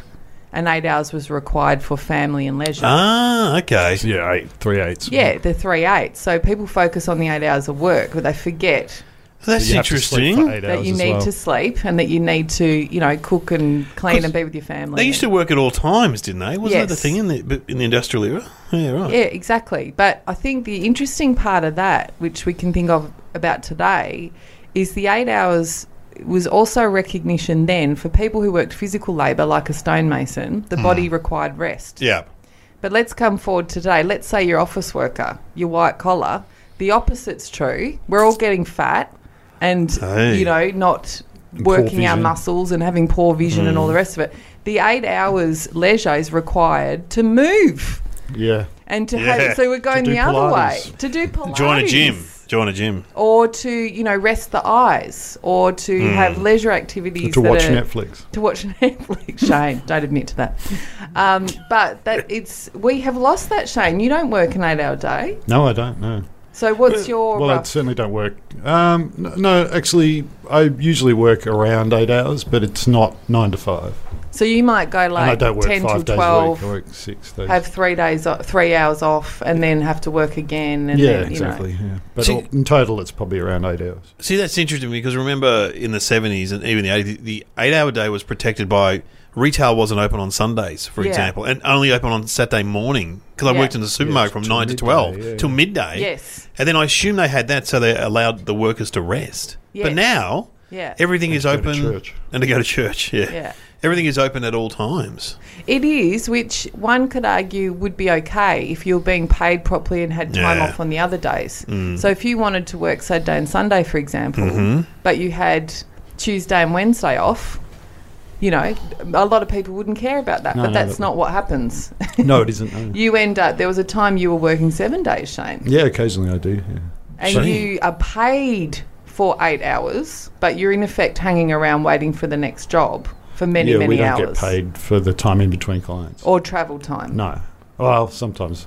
Speaker 1: and eight hours was required for family and leisure.
Speaker 2: Ah, okay.
Speaker 3: Yeah, eight, three eights.
Speaker 1: Yeah, the three eights. So people focus on the eight hours of work, but they forget
Speaker 2: That's
Speaker 3: You have to sleep for
Speaker 2: interesting.
Speaker 3: eight
Speaker 1: that
Speaker 3: hours
Speaker 1: you
Speaker 3: as
Speaker 1: need
Speaker 3: well.
Speaker 1: to sleep and that you need to, you know, cook and clean
Speaker 2: 'Cause
Speaker 1: and be with your family.
Speaker 2: They used to work at all times, didn't they? Wasn't that the
Speaker 1: Yes.
Speaker 2: thing in the in the industrial era? Yeah, right.
Speaker 1: Yeah, exactly. But I think the interesting part of that, which we can think of about today, is the eight hours was also recognition then for people who worked physical labour, like a stonemason, the
Speaker 3: Hmm.
Speaker 1: body required rest.
Speaker 2: Yeah.
Speaker 1: But let's come forward today. Let's say you're office worker, you're white collar. The opposite's true. We're all getting fat and,
Speaker 2: Hey.
Speaker 1: you know, not
Speaker 3: And poor
Speaker 1: working our
Speaker 3: vision. Hmm.
Speaker 1: muscles and having poor vision and all the rest of it. The eight hours leisure is required to move
Speaker 3: Yeah.
Speaker 1: and to
Speaker 2: Yeah.
Speaker 1: have so we're going
Speaker 3: do
Speaker 1: the other
Speaker 3: Pilates.
Speaker 1: way to do Pilates,
Speaker 2: Join a gym. Join a gym.
Speaker 1: or to you know rest the eyes, or to have leisure activities
Speaker 3: Hmm. to
Speaker 1: that
Speaker 3: watch
Speaker 1: are-
Speaker 3: Netflix.
Speaker 1: To watch Netflix, Shane. Don't admit to that. Um, but that it's we have lost that, Shane. You don't work an eight-hour day.
Speaker 3: No, I don't know.
Speaker 1: So what's your
Speaker 3: Uh, Well, I
Speaker 1: rough?
Speaker 3: certainly don't work. Um, n- no, actually, I usually work around eight hours, but it's not nine to five.
Speaker 1: So you might go
Speaker 3: and I
Speaker 1: like
Speaker 3: don't work
Speaker 1: ten till
Speaker 3: five days a week. I
Speaker 1: twelve,
Speaker 3: work six days.
Speaker 1: have three days, o- three hours off, and then have to work again. And
Speaker 3: yeah,
Speaker 1: then, you know.
Speaker 3: exactly. Yeah. But
Speaker 2: See-
Speaker 3: all- in total, it's probably around eight hours.
Speaker 2: See, that's interesting because remember in the 70s and even the 80s, the eight hour day was protected by retail wasn't open on Sundays, for
Speaker 1: Yeah.
Speaker 2: example, and only open on Saturday morning because I
Speaker 1: Yeah.
Speaker 2: worked in the supermarket
Speaker 3: Yeah,
Speaker 2: from
Speaker 3: till
Speaker 2: 9 to
Speaker 3: midday,
Speaker 2: 12
Speaker 3: yeah,
Speaker 2: till
Speaker 3: yeah.
Speaker 2: midday.
Speaker 1: Yes.
Speaker 2: And then I assume they had that so they allowed the workers to rest. But
Speaker 1: Yes.
Speaker 2: now
Speaker 1: Yeah.
Speaker 2: everything is
Speaker 3: And to go
Speaker 2: open
Speaker 3: to church.
Speaker 2: and to go to church. Yeah.
Speaker 1: Yeah.
Speaker 2: Everything is open at all times.
Speaker 1: It is, which one could argue would be okay if you're being paid properly and had time
Speaker 2: Yeah.
Speaker 1: off on the other days.
Speaker 3: Mm.
Speaker 1: So if you
Speaker 3: Mm-hmm.
Speaker 1: wanted to work Saturday and Sunday, for example, but you had Tuesday and Wednesday off, you know, a lot of people wouldn't care about that,
Speaker 3: No,
Speaker 1: but
Speaker 3: no,
Speaker 1: that's
Speaker 3: that-
Speaker 1: not what happens.
Speaker 3: No, it isn't. No.
Speaker 1: you end up, there was a time you were working seven days, Shane,
Speaker 3: Yeah, occasionally I do. Yeah.
Speaker 1: and
Speaker 2: Shame.
Speaker 1: you are paid for eight hours, but you're in effect hanging around waiting for the next job for many,
Speaker 3: yeah,
Speaker 1: many
Speaker 3: we don't
Speaker 1: hours.
Speaker 3: get paid for the time in between clients.
Speaker 1: Or travel time.
Speaker 3: No. Well, sometimes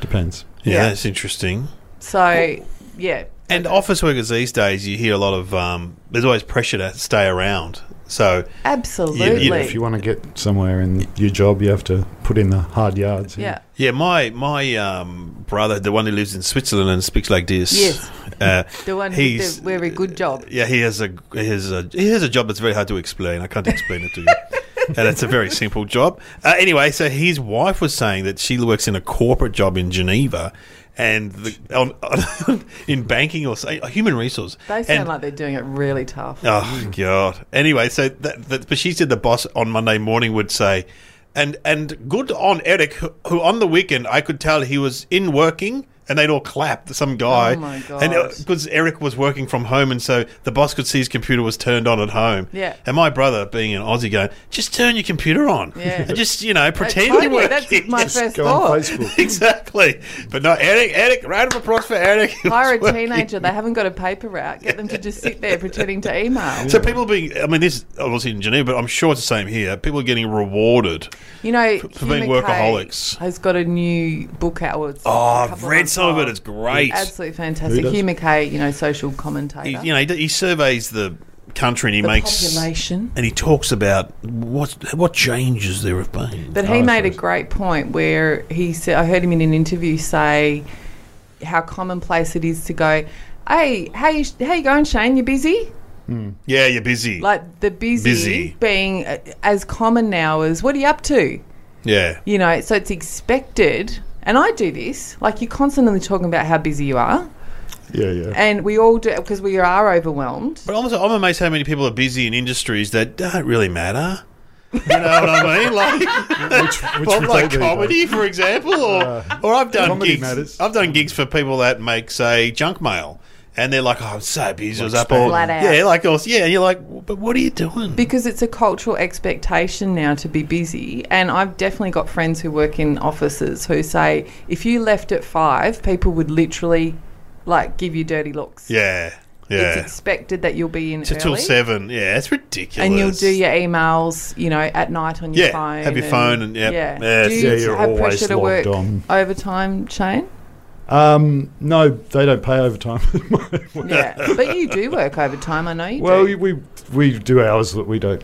Speaker 3: depends.
Speaker 2: Yeah,
Speaker 1: Yeah.
Speaker 2: that's interesting.
Speaker 1: So, yeah.
Speaker 2: And office workers these days, you hear a lot of. Um, there's always pressure to stay around. So
Speaker 1: Absolutely.
Speaker 2: Yeah,
Speaker 3: If you want to get somewhere in your job, you have to put in the hard yards.
Speaker 1: yeah.
Speaker 2: yeah, my my um, brother, the one who lives in Switzerland and speaks like this.
Speaker 1: Yes.
Speaker 2: Uh,
Speaker 1: The one
Speaker 2: He's- uh,
Speaker 1: who's a very good job.
Speaker 2: yeah, he has a he has a he has a job that's very hard to explain. I can't explain it to you. And it's a very simple job. Uh, anyway, so his wife was saying that she works in a corporate job in Geneva, and the, on, on, in banking or say, human resource.
Speaker 1: They sound
Speaker 2: And-
Speaker 1: like they're doing it really tough.
Speaker 2: Oh God! Anyway, so that, that, but she said the boss on Monday morning would say, and and good on Eric, who, who on the weekend I could tell he was in working, and they'd all clap some guy.
Speaker 1: Oh, my
Speaker 2: And
Speaker 1: God.
Speaker 2: because Eric was working from home, and so the boss could see his computer was turned on at home.
Speaker 1: Yeah.
Speaker 2: And my brother, being an Aussie, going, just turn your computer on.
Speaker 1: Yeah.
Speaker 2: And just you know
Speaker 1: That's
Speaker 2: pretend you're
Speaker 1: totally- that's
Speaker 2: working.
Speaker 1: my
Speaker 2: Yes.
Speaker 1: first
Speaker 3: Go on
Speaker 1: thought.
Speaker 3: Facebook.
Speaker 2: Exactly, but no, Eric. Eric, round of applause for Eric. He was
Speaker 1: Hire a
Speaker 2: working.
Speaker 1: teenager. They haven't got a paper route. Get them to just sit there pretending to email.
Speaker 2: So people being, I mean, this obviously in Geneva, but I'm sure it's the same here. People are getting rewarded.
Speaker 1: You know,
Speaker 2: for being
Speaker 1: Hugh McKay
Speaker 2: workaholics.
Speaker 1: has got a new book out. Well, it's a
Speaker 2: Oh, I've
Speaker 1: couple
Speaker 2: read
Speaker 1: months
Speaker 2: some of
Speaker 1: old.
Speaker 2: it. It's great.
Speaker 1: Absolutely
Speaker 3: Who
Speaker 1: fantastic.
Speaker 3: does?
Speaker 1: Hugh McKay, you know, social
Speaker 2: He,
Speaker 1: commentator.
Speaker 2: you know, he, d- he surveys the country and he
Speaker 1: the
Speaker 2: makes
Speaker 1: population.
Speaker 2: and he talks about what what changes there have been.
Speaker 1: But he
Speaker 3: Oh,
Speaker 1: made a
Speaker 3: sorry.
Speaker 1: great point where he said, I heard him in an interview say how commonplace it is to go, hey, how you, how you going, Shane? You busy?
Speaker 2: yeah, you're busy.
Speaker 1: Like the busy,
Speaker 2: Busy.
Speaker 1: being uh, as common now as what are you up to?
Speaker 2: yeah,
Speaker 1: You know, so it's expected. And I do this. Like you're constantly talking about how busy you are.
Speaker 3: Yeah, yeah.
Speaker 1: And we all do because we are overwhelmed.
Speaker 2: but also I'm amazed how many people are busy in industries that don't really matter. You know what I mean? Like.
Speaker 3: which which
Speaker 2: Well,
Speaker 3: would
Speaker 2: like
Speaker 3: they be,
Speaker 2: comedy, for example, or, or I've done
Speaker 3: comedy
Speaker 2: gigs.
Speaker 3: matters.
Speaker 2: I've done gigs for people that make say junk mail, and they're like, "Oh, I'm so busy, I was up
Speaker 3: spam.
Speaker 2: all
Speaker 1: Flat out.
Speaker 2: yeah, like I was, yeah." And you're like, "But what are you doing?"
Speaker 1: Because it's a cultural expectation now to be busy. And I've definitely got friends who work in offices who say if you left at five, people would literally like give you dirty looks.
Speaker 2: yeah,
Speaker 1: It's
Speaker 2: yeah,
Speaker 1: expected that you'll be in
Speaker 2: T- till
Speaker 1: early.
Speaker 2: seven. Yeah, it's ridiculous.
Speaker 1: and you'll do your emails, you know, at night on your
Speaker 2: Yeah,
Speaker 1: phone.
Speaker 2: have your phone and- yep.
Speaker 1: yeah.
Speaker 2: Yes.
Speaker 1: Do you
Speaker 3: Yeah, you're
Speaker 1: have
Speaker 3: always
Speaker 1: pressure to work
Speaker 3: logged on.
Speaker 1: overtime, Shane?
Speaker 3: Um, no, they don't pay overtime.
Speaker 1: Yeah, but you do work overtime. I know you
Speaker 3: well,
Speaker 1: do.
Speaker 3: we we do hours that we don't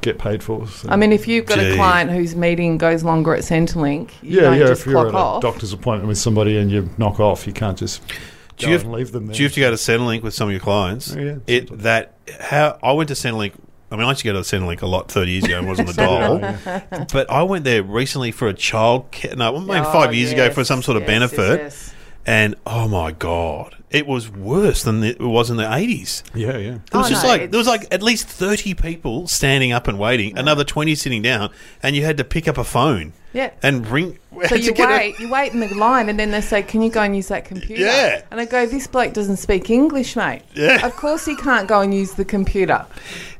Speaker 3: get paid for. So.
Speaker 1: I mean, if you've got
Speaker 2: Gee.
Speaker 1: a client whose meeting goes longer at Centrelink, you
Speaker 3: yeah,
Speaker 1: don't
Speaker 3: yeah.
Speaker 1: just
Speaker 3: If you're at
Speaker 1: clock off.
Speaker 3: a doctor's appointment with somebody and you knock off, you can't just
Speaker 2: Do
Speaker 3: go
Speaker 2: you have-
Speaker 3: and leave them there.
Speaker 2: Do you have to go to Centrelink with some of your clients?
Speaker 3: Oh, Yeah,
Speaker 2: it that how I went to Centrelink. I mean, I used to go to Centrelink a lot 30 years ago and was on the dial,
Speaker 3: Yeah, yeah.
Speaker 2: but I went there recently for a child care. No, I mean,
Speaker 1: Oh,
Speaker 2: five years ago for
Speaker 1: yes,
Speaker 2: some sort of
Speaker 1: yes, yes,
Speaker 2: benefit.
Speaker 1: yes.
Speaker 2: and oh my god, it was worse than it was in the eighties.
Speaker 3: yeah, yeah.
Speaker 2: It was
Speaker 1: Oh,
Speaker 2: just
Speaker 1: no,
Speaker 2: like there was
Speaker 1: it's-
Speaker 2: like at least thirty people standing up and waiting, another twenty sitting down, and you had to pick up a phone
Speaker 1: Yeah.
Speaker 2: and ring.
Speaker 1: So
Speaker 2: to
Speaker 1: you
Speaker 2: get a-
Speaker 1: wait, you wait in the line, and then they say, "Can you go and use that computer?"
Speaker 2: Yeah.
Speaker 1: And I go, "This bloke doesn't speak English, mate.
Speaker 2: Yeah.
Speaker 1: Of course he can't go and use the computer.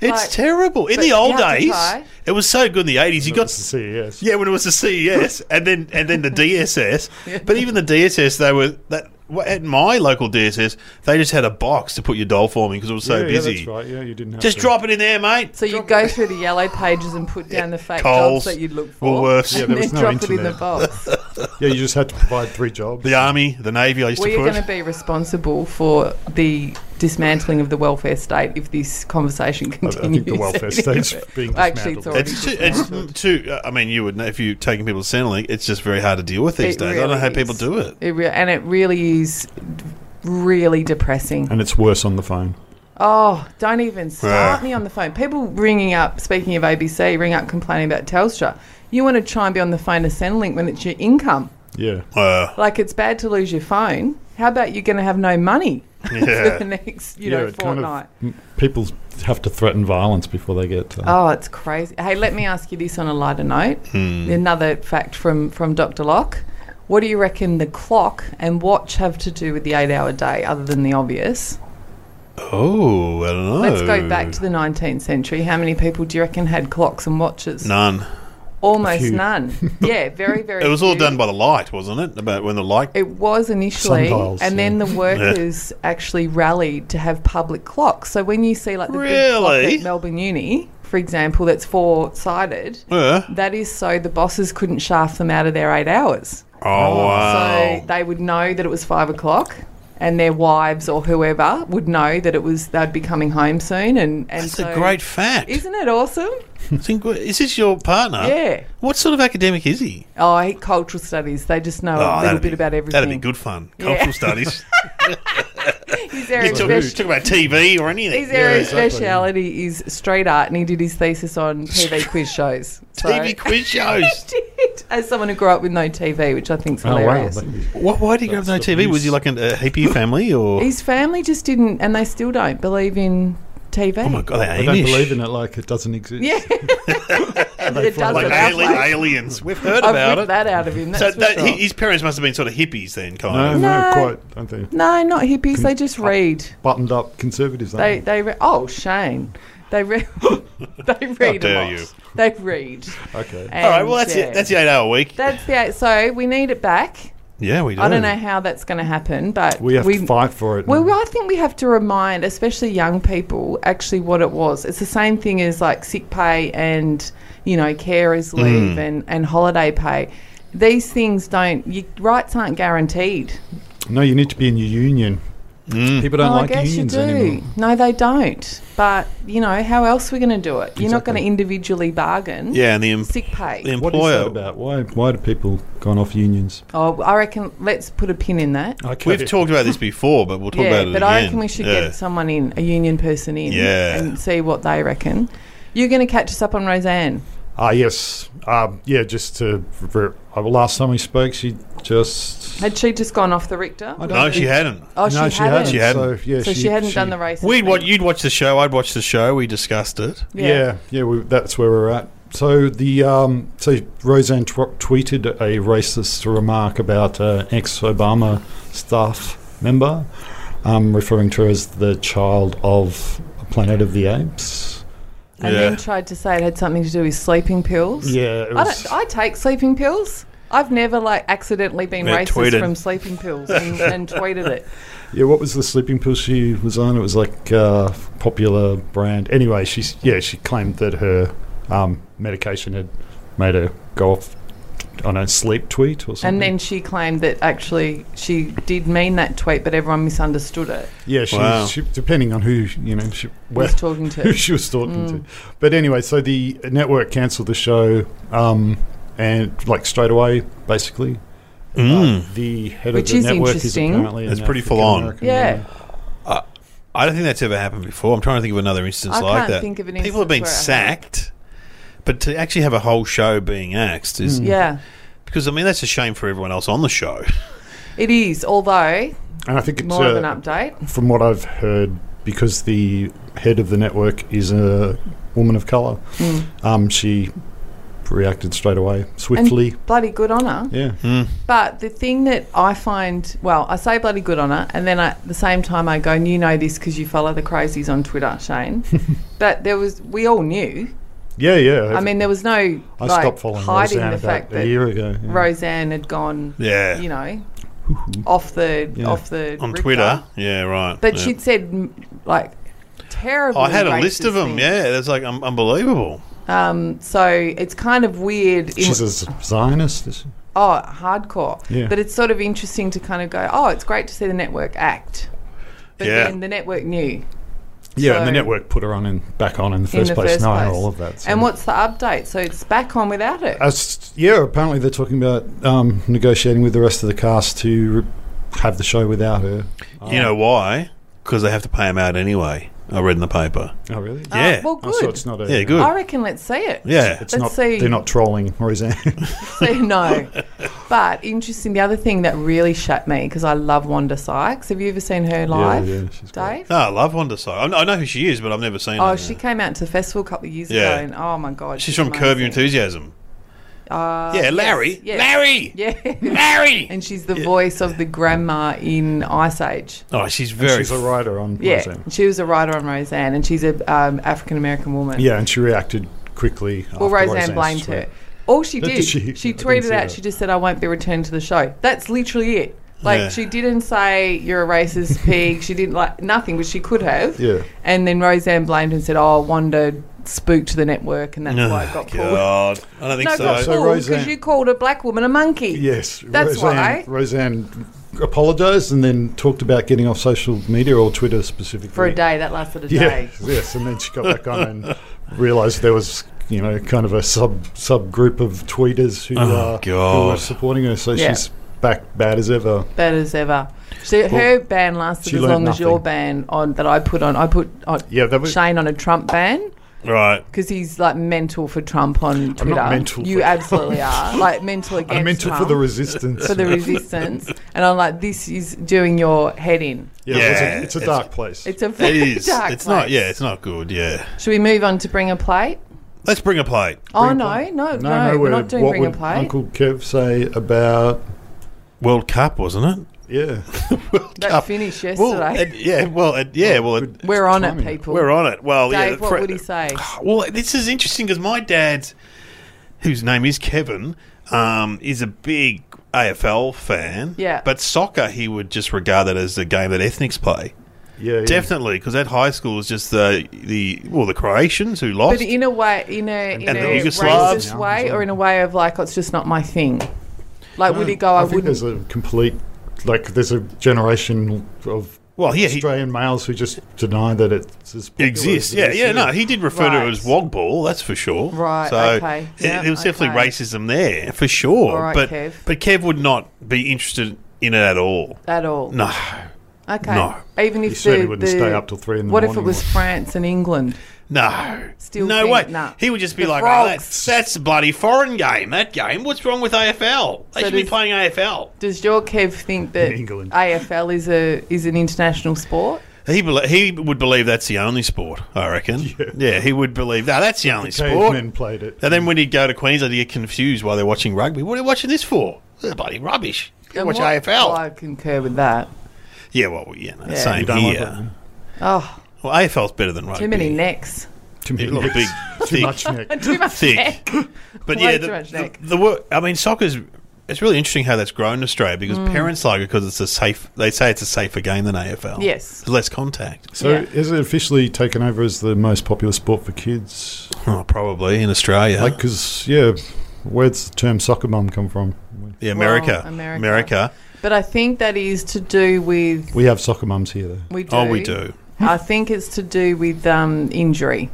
Speaker 2: it's
Speaker 1: like-
Speaker 2: terrible. In
Speaker 1: but
Speaker 2: the
Speaker 1: you
Speaker 2: old
Speaker 1: have to
Speaker 2: days,
Speaker 1: try.
Speaker 2: it was so good in the eighties. You
Speaker 3: Got
Speaker 2: got
Speaker 3: to CES.
Speaker 2: yeah when it was the CES, and then and then the DSS. But even the DSS, they were that. At my local DSS, they just had a box to put your doll form in because it was so
Speaker 3: yeah,
Speaker 2: busy.
Speaker 3: Yeah, that's right. Yeah, you didn't have
Speaker 2: Just
Speaker 3: to.
Speaker 2: drop it in there, mate.
Speaker 1: So you go through the yellow pages and put down the fake
Speaker 2: Coles,
Speaker 1: jobs that you look for,
Speaker 2: Woolworths. Yeah,
Speaker 1: and
Speaker 3: there
Speaker 1: then
Speaker 3: was no
Speaker 1: drop it in the
Speaker 3: internet.
Speaker 1: box.
Speaker 3: Yeah, you just had to provide three jobs.
Speaker 2: The army, the navy. I used
Speaker 1: We
Speaker 2: to
Speaker 1: are
Speaker 2: put.
Speaker 1: going to be responsible for the dismantling of the welfare state if this conversation
Speaker 3: I, I
Speaker 1: continues.
Speaker 3: think the welfare state's being
Speaker 1: Actually, it's
Speaker 3: dismantled.
Speaker 1: already
Speaker 2: It's too, it's too. uh, I mean, you would know if you're taking people to Centrelink. It's just very hard to deal with these
Speaker 1: It
Speaker 2: days. I don't know
Speaker 1: really
Speaker 2: how people
Speaker 1: is.
Speaker 2: do it.
Speaker 1: It re- and it really is really depressing.
Speaker 3: and it's worse on the phone.
Speaker 1: Oh, don't
Speaker 3: Ah.
Speaker 1: even start
Speaker 2: Yeah.
Speaker 1: me on the phone. People ringing up, speaking of ABC, ring up complaining about Telstra. You want to try and be on the phone to Centrelink when it's your income.
Speaker 3: Yeah.
Speaker 2: Uh,
Speaker 1: Like it's bad to lose your phone. How about you're going to have no money for the
Speaker 2: yeah,
Speaker 1: next, you
Speaker 3: yeah,
Speaker 1: know,
Speaker 3: it kind of-
Speaker 1: fortnight?
Speaker 3: m- people have to threaten violence before they get. Uh,
Speaker 1: Oh, it's crazy. Hey, let me ask you this on a lighter note.
Speaker 2: Hmm.
Speaker 1: Another fact from, from Dr. Locke. What do you reckon the clock and watch have to do with the eight hour day, other than the obvious?
Speaker 2: Oh, I don't know.
Speaker 1: Let's go back to the 19th century. How many people do you reckon had clocks and watches?
Speaker 2: none.
Speaker 1: Almost
Speaker 3: few.
Speaker 1: none. yeah, very, very.
Speaker 2: It was all
Speaker 1: few.
Speaker 2: done by the light, wasn't it? About when the light.
Speaker 1: It was initially,
Speaker 3: Sundials,
Speaker 1: and then
Speaker 3: yeah.
Speaker 1: the workers actually rallied to have public clocks. So when you see like the big clock
Speaker 2: Really?
Speaker 1: at Melbourne Uni, for example, that's four sided.
Speaker 2: Yeah.
Speaker 1: That is so the bosses couldn't shaft them out of their eight hours.
Speaker 2: Oh wow.
Speaker 1: So they would know that it was five o'clock, and their wives or whoever would know that it was they'd be coming home soon. And, and
Speaker 2: That's
Speaker 1: so-
Speaker 2: a great fact.
Speaker 1: Isn't it awesome?
Speaker 2: I think- Is this your partner?
Speaker 1: Yeah.
Speaker 2: What sort of academic is he?
Speaker 1: Oh, I hate cultural studies. They just know Oh, a little
Speaker 2: Oh, that'd
Speaker 1: bit
Speaker 2: be-
Speaker 1: about everything.
Speaker 2: That'd be good fun.
Speaker 1: Yeah.
Speaker 2: Cultural studies.
Speaker 1: He's there
Speaker 2: you
Speaker 1: in
Speaker 2: talk,
Speaker 1: spec-
Speaker 2: talk about TV or anything.
Speaker 1: His area of
Speaker 3: exactly.
Speaker 1: speciality is street art, and he did his thesis on TV quiz shows. So-
Speaker 2: TV quiz shows.
Speaker 1: Did. As someone who grew up with no TV, which I think's
Speaker 3: Oh, wow.
Speaker 1: hilarious.
Speaker 2: What, why did you grab no
Speaker 3: That's the
Speaker 2: TV? Was
Speaker 3: abuse.
Speaker 2: you like an, a hippie family or?
Speaker 1: His family just didn't, and they still don't believe in TV.
Speaker 2: oh my god, they're
Speaker 3: I
Speaker 2: Amish.
Speaker 3: don't believe in it like it doesn't exist.
Speaker 1: Yeah, it does
Speaker 2: Like
Speaker 1: at our
Speaker 2: ali-
Speaker 1: place.
Speaker 2: aliens. We've heard
Speaker 1: I've
Speaker 2: about
Speaker 1: ripped
Speaker 2: it.
Speaker 1: that out of him. That's
Speaker 2: so
Speaker 1: for
Speaker 2: that,
Speaker 1: sure.
Speaker 2: he- his parents must have been sort of hippies then, kind
Speaker 3: No,
Speaker 2: of.
Speaker 3: no,
Speaker 1: No.
Speaker 3: quite. Don't think.
Speaker 1: no, not hippies. They just read.
Speaker 3: Buttoned up conservatives. They,
Speaker 1: They they re- oh Shane, they read they read
Speaker 2: dare
Speaker 1: a lot.
Speaker 2: you.
Speaker 1: They read.
Speaker 3: okay.
Speaker 1: And,
Speaker 2: All right, well that's
Speaker 1: yeah.
Speaker 2: it. That's the eight-hour week.
Speaker 1: That's the eight. So we need it back.
Speaker 2: yeah, we do.
Speaker 1: I don't know how that's going to happen, but
Speaker 3: We have to fight for it.
Speaker 1: Well, I think we have to remind, especially young people, actually what it was. It's the same thing as like sick pay and you know carers
Speaker 3: Mm.
Speaker 1: leave and, and holiday pay. These things don't. Your rights aren't guaranteed.
Speaker 3: no, you need to be in your union.
Speaker 2: Mm.
Speaker 3: People don't
Speaker 1: Well,
Speaker 3: like unions anymore.
Speaker 1: No, they don't. But you know, how else are we going to do it? You're not
Speaker 3: Exactly.
Speaker 1: going to individually bargain.
Speaker 2: Yeah, and the, em-
Speaker 1: Sick pay.
Speaker 2: the
Speaker 3: What is that
Speaker 2: employer.
Speaker 3: about? Why? Why do people gone off unions?
Speaker 1: Oh, I reckon let's put a pin in that.
Speaker 3: Okay.
Speaker 2: We've talked about this before, but we'll talk
Speaker 1: yeah,
Speaker 2: about it
Speaker 1: but
Speaker 2: again.
Speaker 1: I reckon we should
Speaker 2: yeah.
Speaker 1: get someone in, a union person in,
Speaker 2: Yeah.
Speaker 1: and see what they reckon. You're going to catch us up on Roseanne.
Speaker 3: Ah, yes. Um, yeah, just to. For, uh, last time we spoke, she just.
Speaker 1: Had she just gone off the Richter?
Speaker 3: I don't
Speaker 2: No, she hadn't.
Speaker 1: Oh, she,
Speaker 3: no,
Speaker 1: hadn't.
Speaker 3: she hadn't.
Speaker 2: She hadn't.
Speaker 3: So, yeah,
Speaker 1: So she, hadn't done the race.
Speaker 2: We'd watch, you'd watch the show. I'd watch the show. We discussed it.
Speaker 3: Yeah, yeah, we, that's where we're at. So the um, so Roseanne tw- tweeted a racist remark about uh, ex-Obama staff member, um, referring to her as the child of Planet of the Apes.
Speaker 1: And
Speaker 2: Yeah.
Speaker 1: then tried to say it had something to do with sleeping pills.
Speaker 3: Yeah, it
Speaker 1: I,
Speaker 3: was.
Speaker 1: don't, I take sleeping pills. I've never like accidentally been
Speaker 2: Yeah,
Speaker 1: racist
Speaker 2: tweeted.
Speaker 1: from sleeping pills and, and tweeted it.
Speaker 3: Yeah, what was the sleeping pill she was on? It was like uh, popular brand. Anyway, she's yeah, she claimed that her um, medication had made her go off on a sleep tweet or something.
Speaker 1: And then she claimed that actually she did mean that tweet, but everyone misunderstood it.
Speaker 3: yeah, she,
Speaker 2: Wow.
Speaker 3: she depending on who you know she
Speaker 1: Who was talking
Speaker 3: who
Speaker 1: to?
Speaker 3: she was talking
Speaker 1: Mm.
Speaker 3: to. But anyway, so the network cancelled the show, um, and like straight away, basically.
Speaker 2: Mm.
Speaker 3: Uh, the head
Speaker 1: Which
Speaker 3: of
Speaker 1: is
Speaker 3: the network is
Speaker 1: interesting.
Speaker 3: apparently
Speaker 2: That's
Speaker 3: an
Speaker 2: pretty full on.
Speaker 3: African-American
Speaker 1: Yeah.
Speaker 3: woman.
Speaker 2: I don't think that's ever happened before. I'm trying to think of another instance
Speaker 1: I
Speaker 2: like
Speaker 1: can't
Speaker 2: that.
Speaker 1: think of an
Speaker 2: People have been
Speaker 1: instance where it happened.
Speaker 2: sacked, but to actually have a whole show being axed is
Speaker 3: Mm.
Speaker 1: Yeah,
Speaker 2: because I mean that's a shame for everyone else on the show.
Speaker 1: it is. Although
Speaker 3: and I think it's
Speaker 1: more of an
Speaker 3: uh,
Speaker 1: update.
Speaker 3: from what I've heard, because the head of the network is a woman of color,
Speaker 1: Mm.
Speaker 3: um, she reacted straight away swiftly.
Speaker 1: Bloody good on her.
Speaker 3: yeah,
Speaker 2: Mm.
Speaker 1: But the thing that I find, well, I say bloody good on her, and then I- at the same time I go, and you know this because you follow the crazies on Twitter, Shane. but there was, we all knew.
Speaker 3: yeah, yeah.
Speaker 1: I mean, there was no
Speaker 3: I
Speaker 1: like,
Speaker 3: stopped following
Speaker 1: hiding
Speaker 3: Roseanne
Speaker 1: the
Speaker 3: about
Speaker 1: fact
Speaker 3: a
Speaker 1: that
Speaker 3: year ago. yeah.
Speaker 1: Roseanne had gone,
Speaker 2: Yeah,
Speaker 1: you know, off the
Speaker 3: Yeah.
Speaker 1: off the
Speaker 2: on
Speaker 1: Richter.
Speaker 2: Twitter. Yeah, right.
Speaker 1: But
Speaker 2: yeah.
Speaker 1: she'd said mm, like terrible.
Speaker 2: I had a list of them. Yeah, that's like um, unbelievable.
Speaker 1: Um, so it's kind of weird. In,
Speaker 3: She's a Zionist. is she?
Speaker 1: oh, hardcore.
Speaker 3: Yeah.
Speaker 1: But it's sort of interesting to kind of go. Oh, it's great to see the network act. But
Speaker 2: Yeah.
Speaker 1: then the network knew.
Speaker 3: Yeah, and
Speaker 1: So-
Speaker 3: the network put her on and back on in the first
Speaker 1: the
Speaker 3: place,
Speaker 1: first
Speaker 3: knowing
Speaker 1: place.
Speaker 3: all of that. so-
Speaker 1: And what's the update? So it's back on without
Speaker 2: Oh,
Speaker 1: it.
Speaker 3: As- Uh, yeah, apparently they're talking about um, negotiating with the rest of the cast to re- have the show without her.
Speaker 1: Oh.
Speaker 2: You know why? Because they have to pay them out anyway. I read in the paper.
Speaker 3: Oh, really?
Speaker 1: Oh,
Speaker 2: yeah.
Speaker 1: well,
Speaker 3: Oh, so
Speaker 1: good.
Speaker 3: it's not a.
Speaker 2: Yeah, good.
Speaker 1: I reckon let's see it.
Speaker 2: Yeah,
Speaker 3: It's
Speaker 1: Let's
Speaker 3: not,
Speaker 1: see.
Speaker 3: They're not trolling Roseanne.
Speaker 1: So, no. But interesting. The other thing that really shut me because I love Wanda Sykes. Have you ever seen her live,
Speaker 3: yeah, she's great.
Speaker 1: Dave?
Speaker 2: no, Ah, I love Wanda Sykes. I know- I know who she is, but I've never seen her.
Speaker 1: Oh, she came out to the festival a couple of years
Speaker 2: Yeah.
Speaker 1: ago, and oh my god,
Speaker 2: She's from
Speaker 1: amazing.
Speaker 2: Curb Your Enthusiasm.
Speaker 1: Uh,
Speaker 2: yeah, Larry.
Speaker 1: yes, yes.
Speaker 2: Larry.
Speaker 1: Yeah.
Speaker 2: Larry.
Speaker 1: and she's the voice of the grandma in Ice Age.
Speaker 2: Oh, she's
Speaker 3: And
Speaker 2: very.
Speaker 3: she's a writer on
Speaker 1: Yeah,
Speaker 3: Roseanne.
Speaker 1: she was a writer on Roseanne, and she's a um, African American woman.
Speaker 3: Yeah, and she reacted quickly.
Speaker 1: Well,
Speaker 3: after
Speaker 1: Roseanne
Speaker 3: Roseanne's
Speaker 1: blamed
Speaker 3: tweet.
Speaker 1: her. All she
Speaker 3: Did
Speaker 1: did,
Speaker 3: she?
Speaker 1: she,
Speaker 3: I didn't
Speaker 1: tweeted
Speaker 3: see
Speaker 1: out,
Speaker 3: that.
Speaker 1: she just said, I won't be returned to the show. That's literally it. Like,
Speaker 2: Yeah.
Speaker 1: she didn't say, You're a racist pig. She didn't like nothing, but she could have.
Speaker 3: Yeah.
Speaker 1: And then Roseanne blamed and said, Oh, Wanda spooked the network, and that's
Speaker 2: Oh,
Speaker 1: why it got pulled.
Speaker 2: God. I don't think
Speaker 1: No, it got
Speaker 2: so.
Speaker 3: So
Speaker 1: pulled because
Speaker 3: Roseanne-
Speaker 1: you called a black woman a monkey.
Speaker 3: Yes,
Speaker 1: That's
Speaker 3: Roseanne,
Speaker 1: why.
Speaker 3: Roseanne apologised and then talked about getting off social media or Twitter specifically
Speaker 1: For a day, that lasted a
Speaker 3: Yeah,
Speaker 1: day.
Speaker 3: yes, and then she got back on and realised there was you know kind of a sub subgroup of tweeters who,
Speaker 2: Oh,
Speaker 3: uh, who were
Speaker 2: God.
Speaker 3: supporting her, so
Speaker 1: Yeah.
Speaker 3: she's back bad as ever.
Speaker 1: Bad as ever. So her ban lasted
Speaker 3: she
Speaker 1: as
Speaker 3: learned
Speaker 1: long as
Speaker 3: nothing.
Speaker 1: your ban on that I put on. I put uh, on
Speaker 3: Yeah, that was
Speaker 1: Shane on a Trump ban.
Speaker 2: Right.
Speaker 1: because he's like mental for Trump on Twitter.
Speaker 3: mental
Speaker 1: you
Speaker 3: for-
Speaker 1: absolutely are like mental against
Speaker 3: I meant it
Speaker 1: Trump
Speaker 3: for the resistance.
Speaker 1: for the resistance. and I'm like, this is doing your head in.
Speaker 3: yeah, it was a-
Speaker 2: Yeah,
Speaker 3: it's, a,
Speaker 2: it's-
Speaker 3: dark place.
Speaker 1: It's a
Speaker 2: It
Speaker 1: very
Speaker 2: is.
Speaker 1: dark.
Speaker 2: It's not.
Speaker 1: place.
Speaker 2: Yeah, it's not good. Yeah.
Speaker 1: Should we move on to bring a plate?
Speaker 2: Let's bring a plate.
Speaker 1: Oh
Speaker 3: a
Speaker 1: no,
Speaker 3: plate.
Speaker 1: no, no, we're, not doing
Speaker 3: what
Speaker 1: bring a
Speaker 3: would
Speaker 1: plate.
Speaker 3: Uncle Kev say about
Speaker 2: World Cup, wasn't
Speaker 3: yeah?
Speaker 1: that finished
Speaker 2: it? Well,
Speaker 1: yesterday.
Speaker 2: it- yeah. Well, it, yeah. Well, it,
Speaker 1: we're on it,
Speaker 3: timing.
Speaker 1: people.
Speaker 2: we're on it. Well, yeah.
Speaker 1: Oh, Dave, what
Speaker 2: Fre-
Speaker 1: would he say?
Speaker 2: Well, this is interesting because my dad, whose name is Kevin, um, is a big AFL fan.
Speaker 1: Yeah.
Speaker 2: But soccer, he would just regard that as a game that ethnics play.
Speaker 3: Yeah, yeah.
Speaker 2: Definitely, because at high school is just the the well the Croatians who lost.
Speaker 1: But in a way, in a in
Speaker 2: And
Speaker 1: a
Speaker 2: the Yugoslavs.
Speaker 1: racist way, or in a way of like, it's just not my thing. Like, would he go?
Speaker 3: I,
Speaker 1: I,
Speaker 3: think
Speaker 1: wouldn't.
Speaker 3: there's a complete like there's a generation of
Speaker 2: well, yeah, he
Speaker 3: Australian males who just deny that it's as popular
Speaker 2: exists.
Speaker 3: as it
Speaker 2: Yeah,
Speaker 3: is.
Speaker 2: yeah, no, he did refer to
Speaker 1: Right.
Speaker 2: it as wog ball. That's for sure.
Speaker 1: Right,
Speaker 2: So
Speaker 1: okay.
Speaker 2: it-
Speaker 1: Yeah,
Speaker 2: there was definitely
Speaker 1: okay.
Speaker 2: racism there for sure.
Speaker 1: All right,
Speaker 2: but
Speaker 1: Kev.
Speaker 2: but Kev would not be interested in it at all.
Speaker 1: at all.
Speaker 2: No,
Speaker 1: Okay.
Speaker 2: No.
Speaker 1: Even if
Speaker 3: You certainly
Speaker 1: the,
Speaker 3: wouldn't
Speaker 1: the-
Speaker 3: stay up till three in the
Speaker 1: what
Speaker 3: morning.
Speaker 1: if it was France and England?
Speaker 2: No.
Speaker 1: Still
Speaker 2: no
Speaker 1: think-
Speaker 2: way.
Speaker 1: nah.
Speaker 2: He would just be
Speaker 1: The
Speaker 2: like, oh,
Speaker 1: frogs."
Speaker 2: that's, that's a bloody foreign game, that game. What's wrong with AFL? They
Speaker 1: So
Speaker 2: should be
Speaker 1: does-
Speaker 2: playing AFL.
Speaker 1: Does your Kev think that
Speaker 3: In England.
Speaker 1: AFL is a is an international sport?
Speaker 2: He bel he would believe that's the only sport, I reckon. Yeah, he would believe that. That's the only sport.
Speaker 3: cavemen played it.
Speaker 1: Hmm.
Speaker 2: And then when he'd go to Queensland, he'd get confused while they're watching rugby. What are you watching this for? This is bloody rubbish. Go
Speaker 1: And
Speaker 2: watch
Speaker 1: what-
Speaker 2: AFL.
Speaker 1: well, I concur with that.
Speaker 2: yeah, well, yeah, no,
Speaker 1: Yeah.
Speaker 2: same
Speaker 3: You don't like
Speaker 2: here.
Speaker 1: Oh,
Speaker 2: well, AFL's better than rugby.
Speaker 1: too many necks.
Speaker 3: Too many
Speaker 2: Look,
Speaker 3: necks.
Speaker 2: big,
Speaker 3: Too
Speaker 2: thick-
Speaker 3: much neck.
Speaker 1: Too much
Speaker 2: thick.
Speaker 1: neck.
Speaker 2: But
Speaker 1: Way
Speaker 2: yeah,
Speaker 1: too
Speaker 2: the,
Speaker 1: much
Speaker 2: the,
Speaker 1: neck.
Speaker 2: the work. I mean, soccer's. It's really interesting how that's grown in Australia because
Speaker 1: Hmm.
Speaker 2: parents like it because it's a safe. They say it's a safer game than AFL.
Speaker 1: Yes.
Speaker 2: less contact.
Speaker 3: So
Speaker 1: Yeah.
Speaker 3: is it officially taken over as the most popular sport for kids?
Speaker 2: Oh, probably in Australia,
Speaker 3: Like 'cause Like, because yeah, where's the term soccer mum come from?
Speaker 2: yeah, America,
Speaker 1: Well, America.
Speaker 2: America.
Speaker 1: But I think that is to do with
Speaker 3: We have soccer mums here, though.
Speaker 1: we do.
Speaker 2: Oh, we do.
Speaker 1: I think it's to do with um, injury.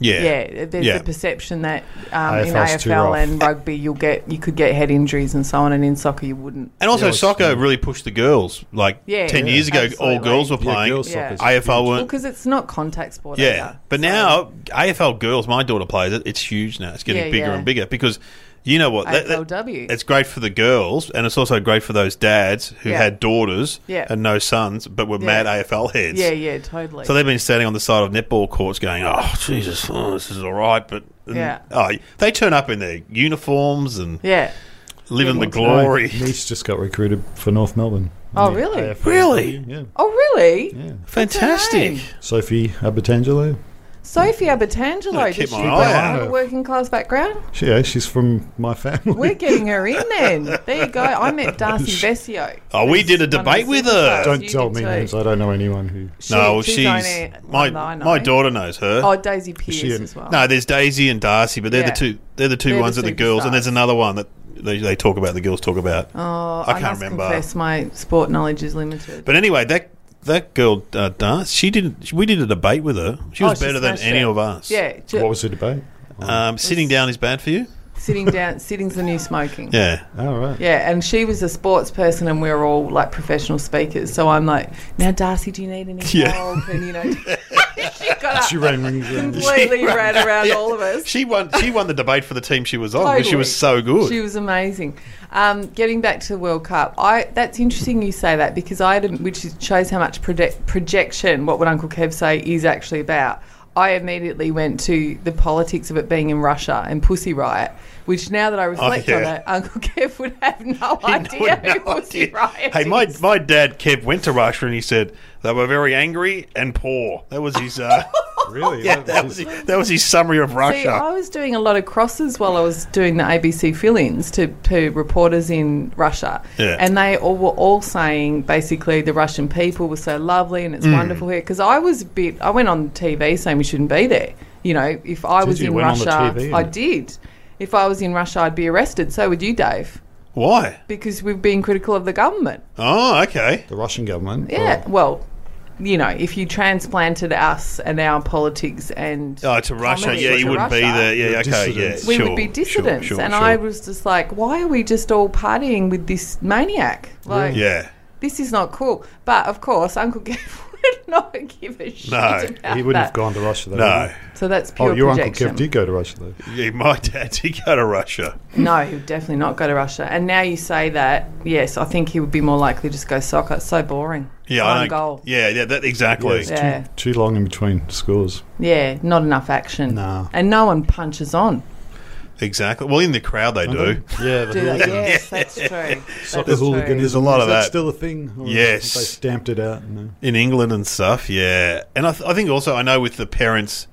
Speaker 2: Yeah,
Speaker 1: Yeah, there's
Speaker 2: Yeah.
Speaker 1: the perception that um, in
Speaker 3: AFL's too
Speaker 1: AFL
Speaker 3: rough.
Speaker 1: and rugby you'll get you could get head injuries and so on, and in soccer you wouldn't.
Speaker 2: and also
Speaker 3: Yeah, it's-
Speaker 2: soccer really pushed the girls. Like
Speaker 1: Yeah,
Speaker 2: ten
Speaker 1: yeah,
Speaker 2: years ago,
Speaker 1: absolutely.
Speaker 2: all girls were
Speaker 3: Yeah,
Speaker 2: playing.
Speaker 3: girls
Speaker 1: Yeah.
Speaker 3: soccer's
Speaker 2: AFL
Speaker 3: huge.
Speaker 1: Well,
Speaker 2: weren't.
Speaker 1: because it's not contact sport.
Speaker 2: Yeah,
Speaker 1: either.
Speaker 2: but
Speaker 1: So-
Speaker 2: now AFL girls, my daughter plays it. It's huge now. It's getting
Speaker 1: Yeah,
Speaker 2: bigger
Speaker 1: yeah.
Speaker 2: and bigger because you know what? That- that-
Speaker 1: AFLW.
Speaker 2: It's great for the girls, and it's also great for those dads who
Speaker 1: Yeah.
Speaker 2: had daughters
Speaker 1: Yeah.
Speaker 2: and no sons, but were
Speaker 1: Yeah.
Speaker 2: mad AFL heads.
Speaker 1: yeah, yeah, totally.
Speaker 2: So they've been standing on the side of netball courts, going, "Oh Jesus, oh, this is all right," but and-
Speaker 1: Yeah.
Speaker 2: oh, they turn up in their uniforms and
Speaker 1: yeah.
Speaker 2: live in the
Speaker 1: Yeah.
Speaker 2: glory.
Speaker 3: My niece just got recruited for North Melbourne.
Speaker 1: Oh,
Speaker 3: Yeah,
Speaker 1: really?
Speaker 3: AFL.
Speaker 2: Really?
Speaker 3: Yeah,
Speaker 1: Oh, really?
Speaker 3: yeah.
Speaker 2: Fantastic!
Speaker 1: Good for
Speaker 3: Sophie Abatangelo.
Speaker 1: Sophie
Speaker 2: Gonna
Speaker 1: Abatangelo.
Speaker 2: keep
Speaker 1: Did she
Speaker 2: my
Speaker 1: come
Speaker 2: eye
Speaker 1: out
Speaker 2: out.
Speaker 1: of a working class background?
Speaker 3: She, yeah, she's from my family.
Speaker 1: We're getting her in then. There you go. I met Darcy Vesio.
Speaker 2: Oh, we did
Speaker 1: One
Speaker 2: a
Speaker 1: of the
Speaker 2: debate with
Speaker 1: superstars.
Speaker 2: her.
Speaker 3: Don't
Speaker 1: You
Speaker 3: tell
Speaker 1: did
Speaker 3: me
Speaker 1: too.
Speaker 3: names. I don't know anyone who.
Speaker 1: She-
Speaker 2: No,
Speaker 1: she's,
Speaker 2: she's
Speaker 1: only
Speaker 2: my
Speaker 1: one that I know.
Speaker 2: my daughter knows her.
Speaker 1: Oh, Daisy Pierce
Speaker 3: She and-
Speaker 1: as well.
Speaker 2: No, there's Daisy and Darcy, but they're
Speaker 1: Yeah.
Speaker 2: the two. They're the 2
Speaker 1: They're the
Speaker 2: ones that the girls,
Speaker 1: superstars.
Speaker 2: and there's another one that they, they talk about. The girls talk about.
Speaker 1: oh,
Speaker 2: I can't
Speaker 1: must
Speaker 2: remember.
Speaker 1: Confess, my sport knowledge is limited.
Speaker 2: But anyway, that that girl uh, Darcy, she didn't. We did a debate with her. She
Speaker 1: Oh,
Speaker 2: was
Speaker 1: she
Speaker 2: better than
Speaker 1: smashed
Speaker 2: any
Speaker 1: it.
Speaker 2: of us.
Speaker 1: yeah, ju-
Speaker 3: What was the debate?
Speaker 2: Um, sitting down is bad for you.
Speaker 1: sitting down, sitting's the new smoking.
Speaker 2: Yeah.
Speaker 3: All right.
Speaker 1: Yeah, and she was a sports person, and we were all like professional speakers. So I'm like, now Darcy, do you need any
Speaker 2: Yeah.
Speaker 1: help? And you know, she got up
Speaker 3: She rang rings around.
Speaker 1: completely ran around all of us.
Speaker 2: She won. She won the debate for the team she was on because she
Speaker 1: Totally.
Speaker 2: was so good.
Speaker 1: She was amazing. Um, getting back to the World Cup, I that's interesting you say that because I had, a- which is- shows how much proje- projection what would Uncle Kev say is actually about. I immediately went to the politics of it being in Russia and Pussy Riot, which now that I reflect
Speaker 2: yeah.
Speaker 1: on it, Uncle Kev would have no
Speaker 2: He
Speaker 1: idea
Speaker 2: would
Speaker 1: who
Speaker 2: know
Speaker 1: Pussy
Speaker 2: idea.
Speaker 1: Riot
Speaker 2: Hey, my,
Speaker 1: is.
Speaker 2: my dad, Kev, went to Russia and he said they were very angry and poor. That was his. Uh,
Speaker 3: Really?
Speaker 2: yeah, that was his, that was his summary of
Speaker 1: See, I
Speaker 2: Russia.
Speaker 1: was doing a lot of crosses while I was doing the ABC fill-ins to, to reporters in Russia,
Speaker 2: Yeah.
Speaker 1: and they all were all saying basically the Russian people were so lovely and it's
Speaker 3: Mm.
Speaker 1: wonderful here. Because I was a bit, I went on TV saying we shouldn't be there. You know, if I
Speaker 3: Did
Speaker 1: was
Speaker 3: you?
Speaker 1: in
Speaker 3: Went on the
Speaker 1: Russia,
Speaker 3: TV?
Speaker 1: I did. If I was in Russia, I'd be arrested. So would you, Dave?
Speaker 2: Why?
Speaker 1: Because we've been critical of the government.
Speaker 2: Oh, okay.
Speaker 3: The Russian government.
Speaker 1: Yeah.
Speaker 3: or-
Speaker 1: Well, you know, if you transplanted us and our politics and
Speaker 2: Oh, to Russia.
Speaker 1: Comedy
Speaker 2: yeah,
Speaker 1: was
Speaker 2: you
Speaker 1: to
Speaker 2: wouldn't be
Speaker 1: Russia.
Speaker 2: there. Yeah,
Speaker 3: We're
Speaker 2: okay.
Speaker 3: dissidents.
Speaker 2: Yeah,
Speaker 1: we
Speaker 2: sure,
Speaker 1: would be
Speaker 2: sure,
Speaker 1: dissidents.
Speaker 2: sure,
Speaker 1: and
Speaker 2: sure.
Speaker 1: I was just like, why are we just all partying with this maniac? Like,
Speaker 2: Yeah.
Speaker 1: this is not cool. But of course, Uncle Kev would not give a shit
Speaker 2: No,
Speaker 1: about
Speaker 3: He wouldn't
Speaker 1: that.
Speaker 3: have gone to Russia, though. would
Speaker 2: No.
Speaker 3: he?
Speaker 1: So that's Ah, pure
Speaker 3: Oh, your
Speaker 1: projection.
Speaker 3: Uncle Kev did go to Russia, though.
Speaker 2: Yeah, my dad did go to Russia.
Speaker 1: No, he would definitely not go to Russia. And now you say that, yes, I think he would be more likely to just go soccer. It's so boring.
Speaker 2: Yeah,
Speaker 1: One
Speaker 2: I don't,
Speaker 1: goal.
Speaker 2: Yeah, yeah, that
Speaker 3: Yeah,
Speaker 2: exactly.
Speaker 3: it's
Speaker 1: Yeah.
Speaker 3: Too, too long in between scores.
Speaker 1: Yeah, not enough action.
Speaker 3: Nah.
Speaker 1: And no one punches on.
Speaker 2: Exactly. Well, in the crowd they do.
Speaker 3: Yeah,
Speaker 1: Do they? Yes, that's true. That's
Speaker 3: Soccer hooliganism.
Speaker 1: true.
Speaker 2: There's a lot of
Speaker 3: Is that
Speaker 2: that.
Speaker 3: still a thing? Or
Speaker 2: Yes.
Speaker 3: They stamped it out. No.
Speaker 2: in England and stuff. Yeah, and I, th- I think also I know with the parents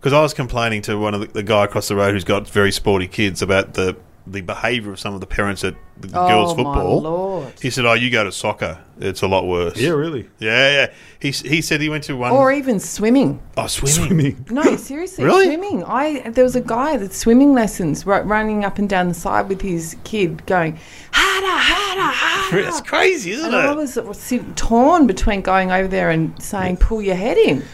Speaker 2: because I was complaining to one of the, the guy across the road who's got very sporty kids about the the behaviour of some of the parents at the
Speaker 1: Oh,
Speaker 2: girls'
Speaker 1: My
Speaker 2: football.
Speaker 1: Lord.
Speaker 2: He said, "Oh, you go to soccer; it's a lot worse."
Speaker 3: Yeah, really.
Speaker 2: yeah, yeah. He s- he said he went to one
Speaker 1: Or even swimming.
Speaker 2: oh swimming.
Speaker 3: Swimming.
Speaker 1: No, seriously,
Speaker 2: Really?
Speaker 1: swimming. I there was a guy that swimming lessons ru- running up and down the side with his kid, going harder, harder, harder.
Speaker 2: It's crazy, isn't
Speaker 1: and Oh, I
Speaker 2: it?
Speaker 1: was sit- torn between going over there and saying, "Pull your head in."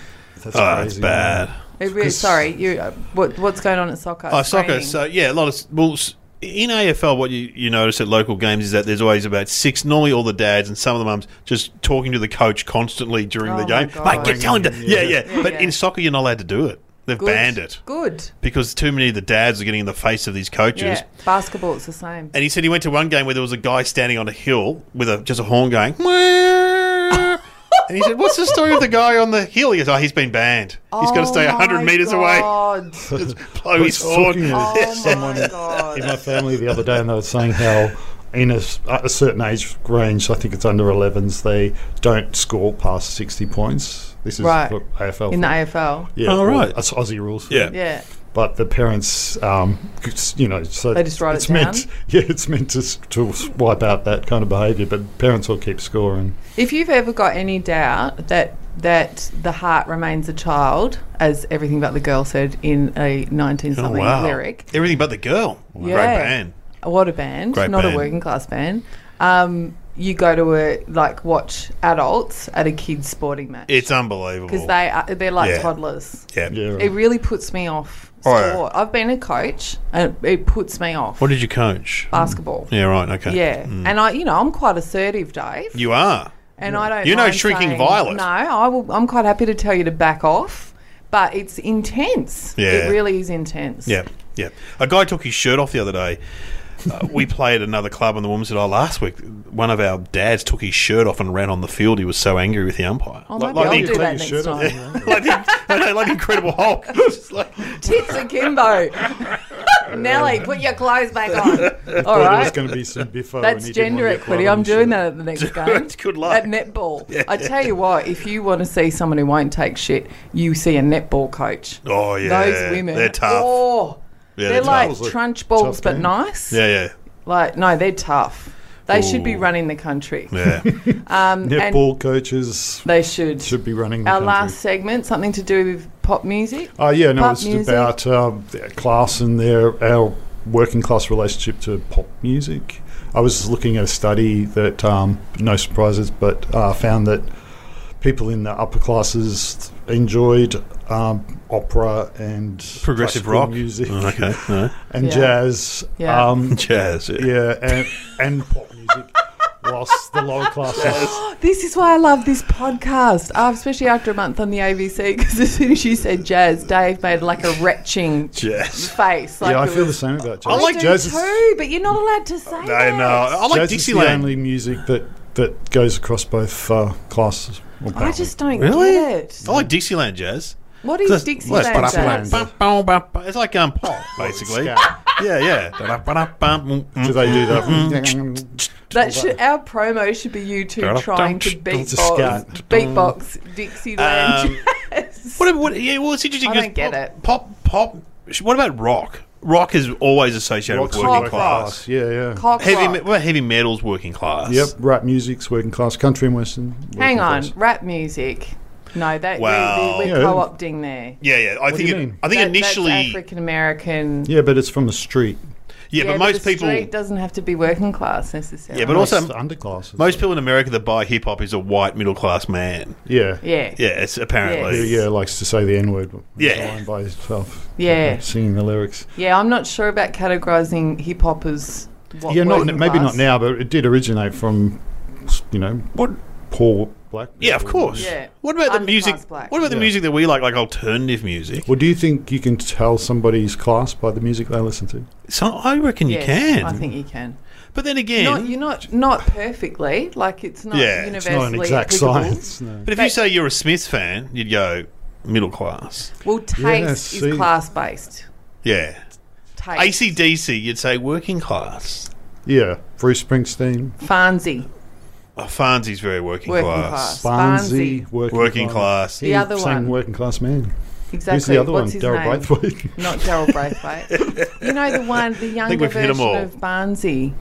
Speaker 3: That's
Speaker 2: oh,
Speaker 3: crazy.
Speaker 2: it's bad.
Speaker 1: It really,
Speaker 3: 'Cause-
Speaker 1: sorry, you. uh, What, what's going on at soccer?
Speaker 2: Oh, soccer.
Speaker 1: Training.
Speaker 2: So yeah, a lot of well s- in AFL. What you, you notice at local games is that there's always about six, normally all the dads and some of the mums, just talking to the coach constantly during
Speaker 1: Oh
Speaker 2: the
Speaker 1: my
Speaker 2: game.
Speaker 1: God.
Speaker 2: Mate, get telling them. Yeah, yeah.
Speaker 1: Yeah,
Speaker 2: but
Speaker 1: yeah.
Speaker 2: in soccer, you're not allowed to do it. They've
Speaker 1: Good.
Speaker 2: banned it
Speaker 1: Good.
Speaker 2: because too many of the dads are getting in the face of these coaches.
Speaker 1: Yeah, basketball. It's the same.
Speaker 2: And he said he went to one game where there was a guy standing on a hill with a just a horn going. "Wah." And he said, "What's the story of the guy on the hill?" He goes, "Oh, he's been banned. He's got to
Speaker 1: Oh
Speaker 2: stay hundred meters away.
Speaker 1: away.
Speaker 2: Just blow
Speaker 3: was
Speaker 2: his horn."
Speaker 3: talking to
Speaker 1: Oh
Speaker 3: Someone-
Speaker 1: my god.
Speaker 3: In my family the other day, and they were saying how in a, s- a certain age range, I think it's under 11s, they don't score past 60 points. This is
Speaker 1: Right.
Speaker 3: for AFL.
Speaker 1: In the AFL.
Speaker 3: yeah,
Speaker 2: Oh,
Speaker 3: or
Speaker 2: right.
Speaker 3: That's Aussie rules.
Speaker 2: Yeah.
Speaker 1: Yeah.
Speaker 3: But the parents, um, it's, you know, so
Speaker 1: They just write
Speaker 3: it's
Speaker 1: it
Speaker 3: meant, yeah, it's meant to, s- to wipe out that kind of behaviour. But parents will keep scoring.
Speaker 1: If you've ever got any doubt that that the heart remains a child, as everything but the girl said in a nineteen
Speaker 2: Oh,
Speaker 1: something
Speaker 2: wow.
Speaker 1: lyric,
Speaker 2: Everything but the girl. Great
Speaker 1: Yeah.
Speaker 2: band.
Speaker 1: what a band,
Speaker 2: Great
Speaker 1: not
Speaker 2: band.
Speaker 1: a working class band. Um, you go to a like watch adults at a kids' sporting match
Speaker 2: It's unbelievable.
Speaker 1: because they are, they're like
Speaker 2: Yeah.
Speaker 1: toddlers.
Speaker 2: yeah.
Speaker 3: Yeah.
Speaker 1: It really puts me off
Speaker 2: Oh, yeah.
Speaker 1: sport. I've been a coach, and it puts me off
Speaker 2: What did you coach?
Speaker 1: basketball.
Speaker 2: Yeah, Mm. right. Okay.
Speaker 1: Uh, Yeah, and I, you know, I'm quite assertive, Dave.
Speaker 2: You are.
Speaker 1: And I don't.
Speaker 2: You're no
Speaker 1: mind
Speaker 2: Shrieking
Speaker 1: saying-
Speaker 2: Violet.
Speaker 1: No, I will, I'm quite happy to tell you to back off, but it's intense.
Speaker 2: Yeah.
Speaker 1: it really is intense.
Speaker 2: Yeah. Yeah. A guy took his shirt off the other day. Uh, we played at another club, and the woman said, "Oh, last week one of our dads took his shirt off and ran on the field. He was so angry with the umpire."
Speaker 1: Oh,
Speaker 2: like,
Speaker 1: maybe I'll
Speaker 2: like,
Speaker 1: do that
Speaker 2: the,
Speaker 3: Clean
Speaker 1: next
Speaker 3: your shirt off,
Speaker 1: time.
Speaker 3: you know.
Speaker 2: like, the, I know, like the Incredible Hulk. Just like-
Speaker 1: Tits akimbo. Nelly, put your clothes back on. All
Speaker 3: Thought It was
Speaker 1: right.
Speaker 3: going to be some biffo.
Speaker 1: That's gender equity. I'm doing that at the next game.
Speaker 2: Good luck.
Speaker 1: At netball. I tell you what, if you want to see someone who won't take shit, you see a netball coach.
Speaker 2: oh yeah,
Speaker 1: Those women.
Speaker 2: They're tough.
Speaker 1: Oh, they're,
Speaker 2: yeah, they're
Speaker 1: like
Speaker 2: tough.
Speaker 3: tough.
Speaker 1: trunch balls,
Speaker 3: Tough
Speaker 1: but
Speaker 3: game.
Speaker 1: nice.
Speaker 2: yeah, yeah,
Speaker 1: Like, no, they're tough. They should be
Speaker 2: Ooh.
Speaker 1: running the country.
Speaker 2: yeah.
Speaker 1: Um, and-
Speaker 3: Netball coaches
Speaker 1: They should.
Speaker 3: should be running. The
Speaker 1: Our
Speaker 3: country.
Speaker 1: last segment, something to do with pop music.
Speaker 3: Oh yeah, no,
Speaker 1: Pop
Speaker 3: it's
Speaker 1: music.
Speaker 3: about um, the class and their our working class relationship to pop music. I was looking at a study that, um, no surprises, but uh, found that people in the upper classes enjoyed um, opera and
Speaker 2: Progressive
Speaker 3: classical
Speaker 2: rock.
Speaker 3: music
Speaker 2: Oh, okay. No.
Speaker 3: and
Speaker 1: Yeah.
Speaker 3: jazz.
Speaker 1: Yeah.
Speaker 3: Um,
Speaker 2: Jazz. Yeah.
Speaker 3: yeah, and, and pop music. Whilst the lower classes,
Speaker 1: This is why I love this podcast, uh, especially after a month on the ABC, because as soon as you said jazz, Dave made like a retching
Speaker 2: Jazz.
Speaker 1: face. Like
Speaker 3: yeah, I
Speaker 1: it
Speaker 3: feel the
Speaker 1: was-
Speaker 3: same about jazz.
Speaker 2: I like
Speaker 1: do
Speaker 3: jazz. is-
Speaker 1: too, but you're not allowed to say
Speaker 2: I know. I like
Speaker 3: jazz Is
Speaker 2: Dixieland.
Speaker 3: the only music that, that goes across both uh, classes.
Speaker 1: I just don't
Speaker 2: Really?
Speaker 1: get it.
Speaker 2: I like Dixieland jazz.
Speaker 1: What is
Speaker 2: Just-
Speaker 1: Dixie
Speaker 2: let's-
Speaker 1: Land Dance?
Speaker 2: It's like um, pop, basically. yeah, yeah.
Speaker 3: Do they do
Speaker 2: Mm-hmm.
Speaker 3: that?
Speaker 1: That should, our promo should be you two trying to
Speaker 3: It's a
Speaker 1: beatbox,
Speaker 3: scat.
Speaker 1: beatbox Dixieland
Speaker 2: Um,
Speaker 1: jazz.
Speaker 2: What, what, yeah, well, it's interesting.
Speaker 1: I
Speaker 2: 'cause
Speaker 1: don't get
Speaker 2: pop,
Speaker 1: it.
Speaker 2: Pop, pop. sh- What about rock? Rock is always associated
Speaker 3: Rock's
Speaker 2: with working
Speaker 1: working
Speaker 2: class.
Speaker 3: Yeah, yeah.
Speaker 1: Cock
Speaker 2: Heavy,
Speaker 1: rock.
Speaker 2: me- what about heavy metal's working class?
Speaker 3: Yep, rap music's working class, country and western.
Speaker 1: Hang
Speaker 3: working
Speaker 1: on,
Speaker 3: class.
Speaker 1: rap music. No, that
Speaker 2: Wow.
Speaker 1: we, we, we're
Speaker 3: Yeah.
Speaker 1: co-opting there.
Speaker 2: Yeah, yeah. I
Speaker 3: do
Speaker 2: think.
Speaker 3: you
Speaker 2: it-
Speaker 3: mean?
Speaker 2: I think
Speaker 1: That- that's
Speaker 2: initially.
Speaker 1: African American.
Speaker 3: Yeah, but it's from the street.
Speaker 2: yeah, but most
Speaker 1: the
Speaker 2: people.
Speaker 1: street doesn't have to be working class necessarily.
Speaker 2: Yeah, but
Speaker 3: Most
Speaker 2: also-
Speaker 3: underclasses.
Speaker 2: Most people in America that buy hip hop is a white middle class man.
Speaker 3: yeah.
Speaker 1: yeah,
Speaker 2: Yeah, it's apparently.
Speaker 3: Yeah, yeah, likes to say the N word.
Speaker 2: Yeah.
Speaker 3: By himself.
Speaker 1: Yeah.
Speaker 3: Singing the lyrics.
Speaker 1: yeah. I'm not sure about categorizing hip hop as what
Speaker 3: yeah, not,
Speaker 1: working
Speaker 3: maybe not
Speaker 1: class.
Speaker 3: now, but it did originate from, you know,
Speaker 2: What?
Speaker 3: poor black people.
Speaker 2: Yeah, of course.
Speaker 1: Yeah.
Speaker 2: What about the
Speaker 1: Underclass
Speaker 2: music?
Speaker 1: black.
Speaker 2: What about the
Speaker 3: Yeah.
Speaker 2: music that we like, like alternative music?
Speaker 3: Well, do you think you can tell somebody's class by the music they listen to?
Speaker 2: So I reckon you
Speaker 1: Yes,
Speaker 2: can.
Speaker 1: I think you can.
Speaker 2: but then again,
Speaker 1: Not, you're not not perfectly like it's not
Speaker 2: Yeah, it's
Speaker 3: It's not an
Speaker 1: universally
Speaker 3: exact
Speaker 1: applicable.
Speaker 3: science. No.
Speaker 2: but if you say you're a Smith fan, you'd go middle class.
Speaker 1: Well, taste
Speaker 3: Yes, see.
Speaker 1: is class based.
Speaker 2: Yeah.
Speaker 1: Taste.
Speaker 2: ACDC, you'd say working class.
Speaker 3: Yeah, Bruce Springsteen,
Speaker 1: Farnsey.
Speaker 2: Oh, Farnsey's very working,
Speaker 1: Working
Speaker 2: class.
Speaker 1: class.
Speaker 3: Barnsey, working,
Speaker 2: Working class.
Speaker 1: Uh, The
Speaker 3: He
Speaker 1: other
Speaker 3: sang
Speaker 1: one.
Speaker 3: working class man.
Speaker 1: Exactly.
Speaker 3: Who's the other
Speaker 1: What's
Speaker 3: one?
Speaker 1: his
Speaker 3: Daryl
Speaker 1: name?
Speaker 3: Braithwaite.
Speaker 1: Not Daryl Braithwaite. you know the one, the younger
Speaker 2: we've hit 'em
Speaker 1: version
Speaker 2: all.
Speaker 1: of Barnsey.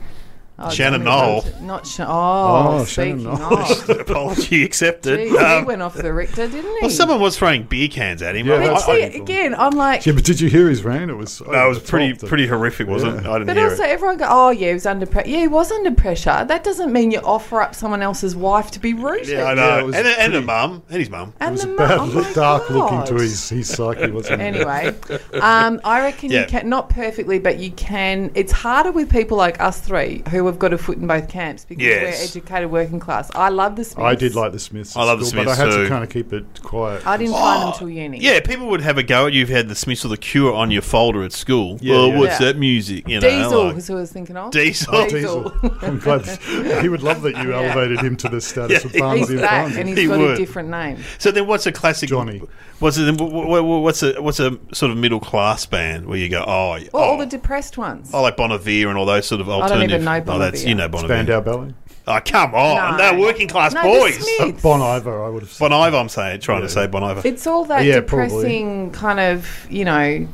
Speaker 1: Oh,
Speaker 2: Shannon
Speaker 1: don't even-
Speaker 2: Knoll.
Speaker 1: Not Shan- oh,
Speaker 3: Oh, Shannon
Speaker 1: speaking
Speaker 3: Knoll.
Speaker 1: of.
Speaker 2: Apology accepted.
Speaker 1: Jeez, he
Speaker 2: Um,
Speaker 1: went off the Richter, didn't he?
Speaker 2: well, someone was throwing beer cans at him.
Speaker 3: Yeah,
Speaker 2: I mean,
Speaker 1: But
Speaker 3: that's
Speaker 2: I-
Speaker 1: see,
Speaker 3: fucking cool.
Speaker 1: again, I'm like,
Speaker 3: yeah, but did you hear his rant? It was so
Speaker 2: that was
Speaker 3: over the
Speaker 2: pretty
Speaker 3: top that-
Speaker 2: pretty horrific, wasn't it? I didn't
Speaker 1: but
Speaker 2: hear
Speaker 1: also
Speaker 2: it.
Speaker 1: everyone go, oh yeah, he was under pressure. Yeah, he was under pressure. That doesn't mean you offer up someone else's wife to be rooted.
Speaker 2: Yeah, I know.
Speaker 3: Yeah, it was
Speaker 2: and, and
Speaker 3: pretty-
Speaker 2: a mum. And his mum.
Speaker 1: And
Speaker 3: It was
Speaker 1: the
Speaker 3: a
Speaker 1: mu-
Speaker 3: bad
Speaker 1: oh my
Speaker 3: dark look into
Speaker 1: God.
Speaker 3: his, his psyche, wasn't it?
Speaker 1: Anyway, um, I reckon
Speaker 2: Yeah.
Speaker 1: you can not perfectly, but you can. It's harder with people like us three who have got a foot in both camps because
Speaker 2: Yes.
Speaker 1: we're educated working class. I love the Smiths.
Speaker 3: I did like the Smiths. at
Speaker 2: I love the
Speaker 3: school,
Speaker 2: Smiths
Speaker 3: but I had
Speaker 2: too.
Speaker 3: to kind of keep it quiet.
Speaker 1: I didn't find them
Speaker 3: Oh,
Speaker 1: till uni.
Speaker 2: Oh, Yeah, people would have a go at you if you had the Smiths or the Cure on your folder at school.
Speaker 3: Yeah,
Speaker 2: well,
Speaker 3: yeah.
Speaker 2: what's
Speaker 1: Yeah.
Speaker 2: that music? You know,
Speaker 1: Diesel
Speaker 2: like-
Speaker 1: was who I was thinking of.
Speaker 2: Diesel.
Speaker 1: Diesel.
Speaker 3: I'm glad he would love that you
Speaker 1: Yeah.
Speaker 3: elevated him to the status
Speaker 2: Yeah,
Speaker 3: of Barnes
Speaker 1: He's
Speaker 3: and
Speaker 1: back
Speaker 3: Barnes.
Speaker 1: and he's
Speaker 2: He
Speaker 1: got
Speaker 2: would.
Speaker 1: a different name.
Speaker 2: So then, what's a classic?
Speaker 3: Johnny.
Speaker 2: What's a, what's a what's a sort of middle class band where you go, oh,
Speaker 1: Well,
Speaker 2: oh,
Speaker 1: all the depressed ones.
Speaker 2: oh, like Bonavia and all those sort of
Speaker 1: don't
Speaker 2: alternative.
Speaker 1: even know
Speaker 2: Oh, that's
Speaker 1: Bonavia.
Speaker 2: you know Bonavia.
Speaker 3: Spandau Ballet.
Speaker 2: Oh, come
Speaker 1: No.
Speaker 2: on, they're working class
Speaker 1: no,
Speaker 2: boys.
Speaker 1: The Smiths.
Speaker 3: Bon Iver, I would have said.
Speaker 2: Bon Iver, I'm saying, trying to
Speaker 3: Yeah.
Speaker 2: say Bon Iver.
Speaker 1: It's all that
Speaker 3: Yeah, probably.
Speaker 1: depressing kind of, you know,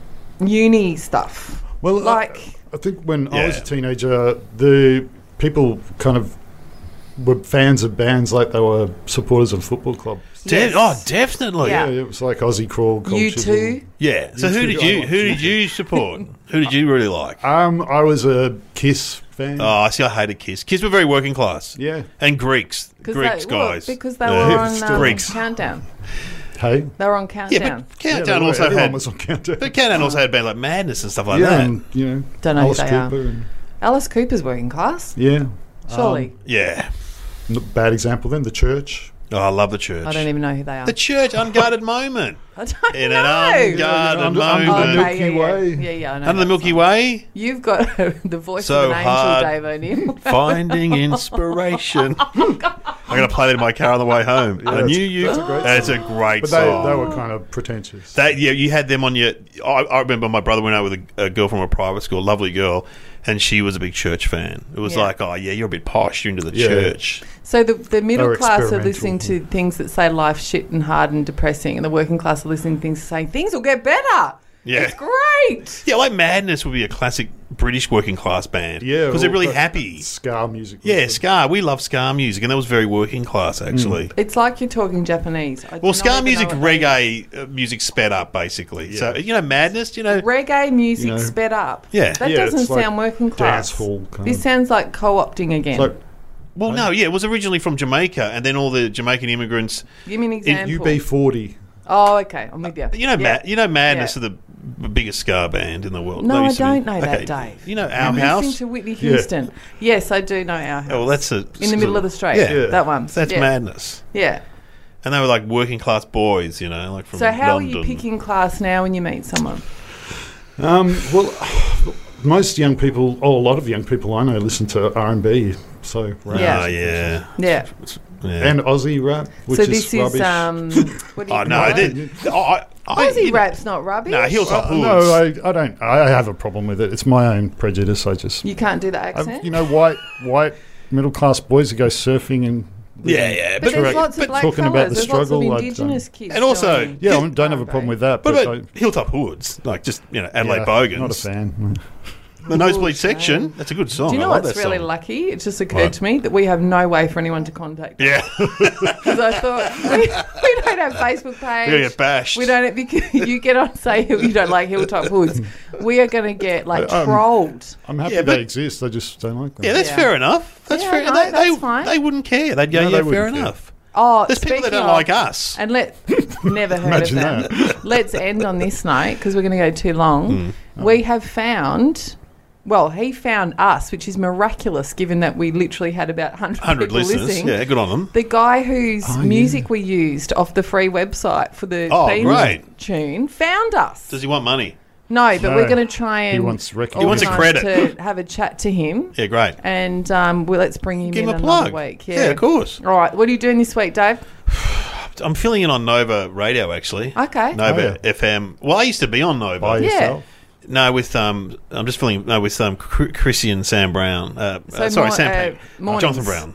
Speaker 1: uni stuff.
Speaker 3: Well, uh, I-
Speaker 1: Like-
Speaker 3: I, think when I was
Speaker 2: Yeah.
Speaker 3: a teenager, the people kind of were fans of bands like they were supporters of football clubs.
Speaker 2: De-
Speaker 1: Yes.
Speaker 2: Oh, definitely.
Speaker 1: Yeah.
Speaker 3: Yeah, it was like Aussie Crawl. Cold
Speaker 1: You
Speaker 3: Chisel.
Speaker 1: too.
Speaker 2: Yeah. So who
Speaker 3: two
Speaker 2: did
Speaker 3: guys
Speaker 2: you
Speaker 3: like
Speaker 2: who did you support? who did you really like?
Speaker 3: Um, I was a Kiss fan.
Speaker 2: Oh, I see. I hated Kiss. Kiss were very working class.
Speaker 3: Yeah.
Speaker 2: And Greeks,
Speaker 1: 'Cause
Speaker 2: Greeks
Speaker 1: they, well,
Speaker 2: guys.
Speaker 1: because they
Speaker 2: Yeah.
Speaker 1: were
Speaker 3: It's
Speaker 1: on
Speaker 3: still-
Speaker 1: um,
Speaker 2: Greeks.
Speaker 1: Countdown.
Speaker 3: Hey.
Speaker 1: They were on
Speaker 2: Yeah,
Speaker 1: Countdown.
Speaker 2: but
Speaker 3: Yeah,
Speaker 2: Countdown
Speaker 3: they were.
Speaker 2: also
Speaker 3: Everyone
Speaker 2: had.
Speaker 3: was on countdown.
Speaker 2: But Countdown also had bands like Madness and stuff like
Speaker 3: yeah,
Speaker 2: that.
Speaker 3: and you know,
Speaker 1: Don't know who
Speaker 3: Alice
Speaker 1: they are.
Speaker 3: Cooper and
Speaker 1: Alice Cooper's working class.
Speaker 3: yeah, Um,
Speaker 1: Surely.
Speaker 2: yeah.
Speaker 3: Not bad example. Then the church.
Speaker 2: Oh, I love the church.
Speaker 1: I don't even know who they are.
Speaker 2: the church, unguarded moment.
Speaker 1: I don't
Speaker 2: In an
Speaker 1: know.
Speaker 2: unguarded
Speaker 3: Under- under
Speaker 2: moment.
Speaker 3: the Milky
Speaker 1: okay, yeah, yeah.
Speaker 3: Way.
Speaker 1: Yeah, yeah, I know.
Speaker 2: Under the
Speaker 1: that
Speaker 2: Milky
Speaker 1: song.
Speaker 2: Way,
Speaker 1: You've got the voice
Speaker 2: So
Speaker 1: of an
Speaker 2: hard.
Speaker 1: angel, Dave O'Neill.
Speaker 2: finding inspiration. I'm
Speaker 1: Oh,
Speaker 2: going to play that in my car on the way home. I
Speaker 3: it's-
Speaker 2: knew you.
Speaker 3: that's a great
Speaker 2: That's a great
Speaker 3: But they,
Speaker 2: song.
Speaker 3: they were
Speaker 1: Oh.
Speaker 3: kind of pretentious.
Speaker 2: That yeah, you had them on your. I, I remember my brother went out with a, a girl from a private school, lovely girl, and she was a big church fan. It was
Speaker 1: Yeah.
Speaker 2: like, oh yeah, you're a bit posh, you're into the
Speaker 3: Yeah.
Speaker 2: church.
Speaker 1: So the, the middle
Speaker 3: They're
Speaker 1: class are
Speaker 3: experimental.
Speaker 1: listening to things that say life shit and hard and depressing, and the working class are listening to things saying things will get better.
Speaker 2: Yeah.
Speaker 1: It's great.
Speaker 2: Yeah, like Madness would be a classic British working class band.
Speaker 3: yeah,
Speaker 2: because they're
Speaker 3: all
Speaker 2: really
Speaker 3: that
Speaker 2: happy.
Speaker 3: Ska music. was
Speaker 2: Yeah,
Speaker 3: the-
Speaker 2: ska. We love ska music, and that was very working class
Speaker 3: Mm.
Speaker 2: actually.
Speaker 1: It's like you're talking Japanese. I do
Speaker 2: Well,
Speaker 1: not
Speaker 2: ska
Speaker 1: even
Speaker 2: music,
Speaker 1: know what that
Speaker 2: reggae uh, music sped up basically. So you know, Madness. You know,
Speaker 1: is. Reggae music
Speaker 3: You know.
Speaker 1: sped up.
Speaker 2: Yeah.
Speaker 1: That
Speaker 3: Yeah,
Speaker 1: doesn't
Speaker 3: it's like
Speaker 1: sound working class.
Speaker 3: dance hall kind
Speaker 1: This
Speaker 3: of.
Speaker 1: sounds like co opting again.
Speaker 3: It's like
Speaker 2: well, no, yeah, it was originally from Jamaica, and then all the Jamaican immigrants.
Speaker 1: Give me an example.
Speaker 3: UB40.
Speaker 1: Oh, okay. I'm with you.
Speaker 2: You know,
Speaker 1: Yeah.
Speaker 2: Ma- you know, Madness
Speaker 1: Yeah.
Speaker 2: are the b- biggest ska band in the world.
Speaker 1: No,
Speaker 2: They
Speaker 1: I
Speaker 2: used to be-
Speaker 1: don't know that, Dave.
Speaker 2: You know, our
Speaker 1: You
Speaker 2: house.
Speaker 1: Listen to Whitney Houston. Yes, I do know our house.
Speaker 2: Oh, well, that's a
Speaker 1: in the middle of the street.
Speaker 2: Yeah.
Speaker 3: Yeah.
Speaker 1: That one.
Speaker 2: That's
Speaker 1: yeah.
Speaker 2: madness.
Speaker 1: Yeah.
Speaker 2: And they were like working class boys, you know, like from
Speaker 1: So how
Speaker 2: London.
Speaker 1: are you picking class now when you meet someone?
Speaker 3: oh, Um, well, most young people, or a lot of young people I know, listen to R and B So rap.
Speaker 1: Yeah.
Speaker 2: Ah, yeah.
Speaker 1: Yeah.
Speaker 2: yeah.
Speaker 3: And Aussie rap, which
Speaker 1: so
Speaker 3: is
Speaker 1: this is,
Speaker 3: rubbish.
Speaker 1: um, what do you
Speaker 2: oh
Speaker 1: call
Speaker 2: no,
Speaker 1: it?
Speaker 2: they, I, I,
Speaker 1: Aussie
Speaker 2: you-
Speaker 1: rap's not rubbish.
Speaker 2: Nah, heels up
Speaker 3: Uh,
Speaker 2: hoods.
Speaker 3: no, I, I don't. I have a problem with it. It's my own prejudice. I just,
Speaker 1: You can't do the
Speaker 3: I,
Speaker 1: accent.
Speaker 3: you know, white white middle class boys who go surfing and
Speaker 2: yeah, yeah,
Speaker 1: but there's
Speaker 3: correct.
Speaker 1: lots of
Speaker 2: but-
Speaker 1: black
Speaker 3: talking
Speaker 1: fellas.
Speaker 3: about the
Speaker 1: there's
Speaker 3: struggle, I
Speaker 1: lots
Speaker 3: don't-
Speaker 1: of indigenous kids.
Speaker 2: And also-
Speaker 1: doing
Speaker 3: yeah, I
Speaker 1: it,
Speaker 3: don't have a
Speaker 1: aren't
Speaker 3: problem
Speaker 1: they?
Speaker 3: with that.
Speaker 2: What
Speaker 3: But,
Speaker 2: about Hilltop Hoods? Like just you know
Speaker 3: I,
Speaker 2: Adelaide
Speaker 3: yeah,
Speaker 2: Bogans,
Speaker 3: Not a fan.
Speaker 2: the nosebleed
Speaker 1: Ooh,
Speaker 2: section.
Speaker 1: shame.
Speaker 2: That's a good song.
Speaker 1: Do you know
Speaker 2: I love
Speaker 1: what's
Speaker 2: that
Speaker 1: really
Speaker 2: song.
Speaker 1: lucky? It just occurred
Speaker 2: What?
Speaker 1: to me that we have no way for anyone to contact
Speaker 2: Yeah,
Speaker 1: because I thought we, we don't have Facebook page.
Speaker 2: you get bashed.
Speaker 1: We don't because you get on say you don't like hilltop hoods. We are going to get like
Speaker 3: Um,
Speaker 1: trolled.
Speaker 3: I'm happy
Speaker 2: Yeah, but-
Speaker 3: they exist. I just don't like them.
Speaker 2: yeah, that's
Speaker 1: Yeah.
Speaker 2: fair enough. That's
Speaker 1: Yeah,
Speaker 2: fair.
Speaker 1: no,
Speaker 2: they,
Speaker 1: that's
Speaker 2: they,
Speaker 1: fine.
Speaker 2: they wouldn't care. They'd go,
Speaker 3: No, they
Speaker 2: yeah, fair
Speaker 3: wouldn't care.
Speaker 2: enough.
Speaker 1: Oh,
Speaker 2: There's people that
Speaker 1: speaking
Speaker 2: don't
Speaker 1: of-
Speaker 2: like us.
Speaker 1: And let never heard
Speaker 3: Imagine
Speaker 1: of them. Let's end on this note because we're going to go too long.
Speaker 2: Hmm.
Speaker 1: We have found. Well, he found us, which is miraculous given that we literally had about 100,
Speaker 2: Hundred
Speaker 1: people
Speaker 2: listeners.
Speaker 1: listening.
Speaker 2: Yeah, good on them.
Speaker 1: The guy whose
Speaker 3: Oh,
Speaker 1: music we used off the free website for the
Speaker 2: Oh,
Speaker 1: theme
Speaker 2: great.
Speaker 1: tune found us.
Speaker 2: Does he want money?
Speaker 1: no, but
Speaker 3: No.
Speaker 1: we're going to try and
Speaker 3: He wants recognition.
Speaker 2: He wants a
Speaker 1: organise
Speaker 2: credit.
Speaker 1: to have a chat to him,
Speaker 2: Yeah, great.
Speaker 1: and um, well, let's bring him
Speaker 2: Give
Speaker 1: in
Speaker 2: him a
Speaker 1: another
Speaker 2: plug.
Speaker 1: week. Yeah.
Speaker 2: yeah, of course.
Speaker 1: All right, what are you doing this week, Dave?
Speaker 2: I'm filling in on Nova Radio actually.
Speaker 1: Okay.
Speaker 2: Nova FM. Well, I used to be on Nova.
Speaker 3: By
Speaker 1: Yeah.
Speaker 3: yourself.
Speaker 2: No, with um, I'm just filling. No, with um, Cr- Chrissy and Sam Brown. Uh,
Speaker 1: So
Speaker 2: uh, sorry,
Speaker 1: mor- uh,
Speaker 2: Sam. Payne.
Speaker 1: mornings.
Speaker 2: Jonathan Brown.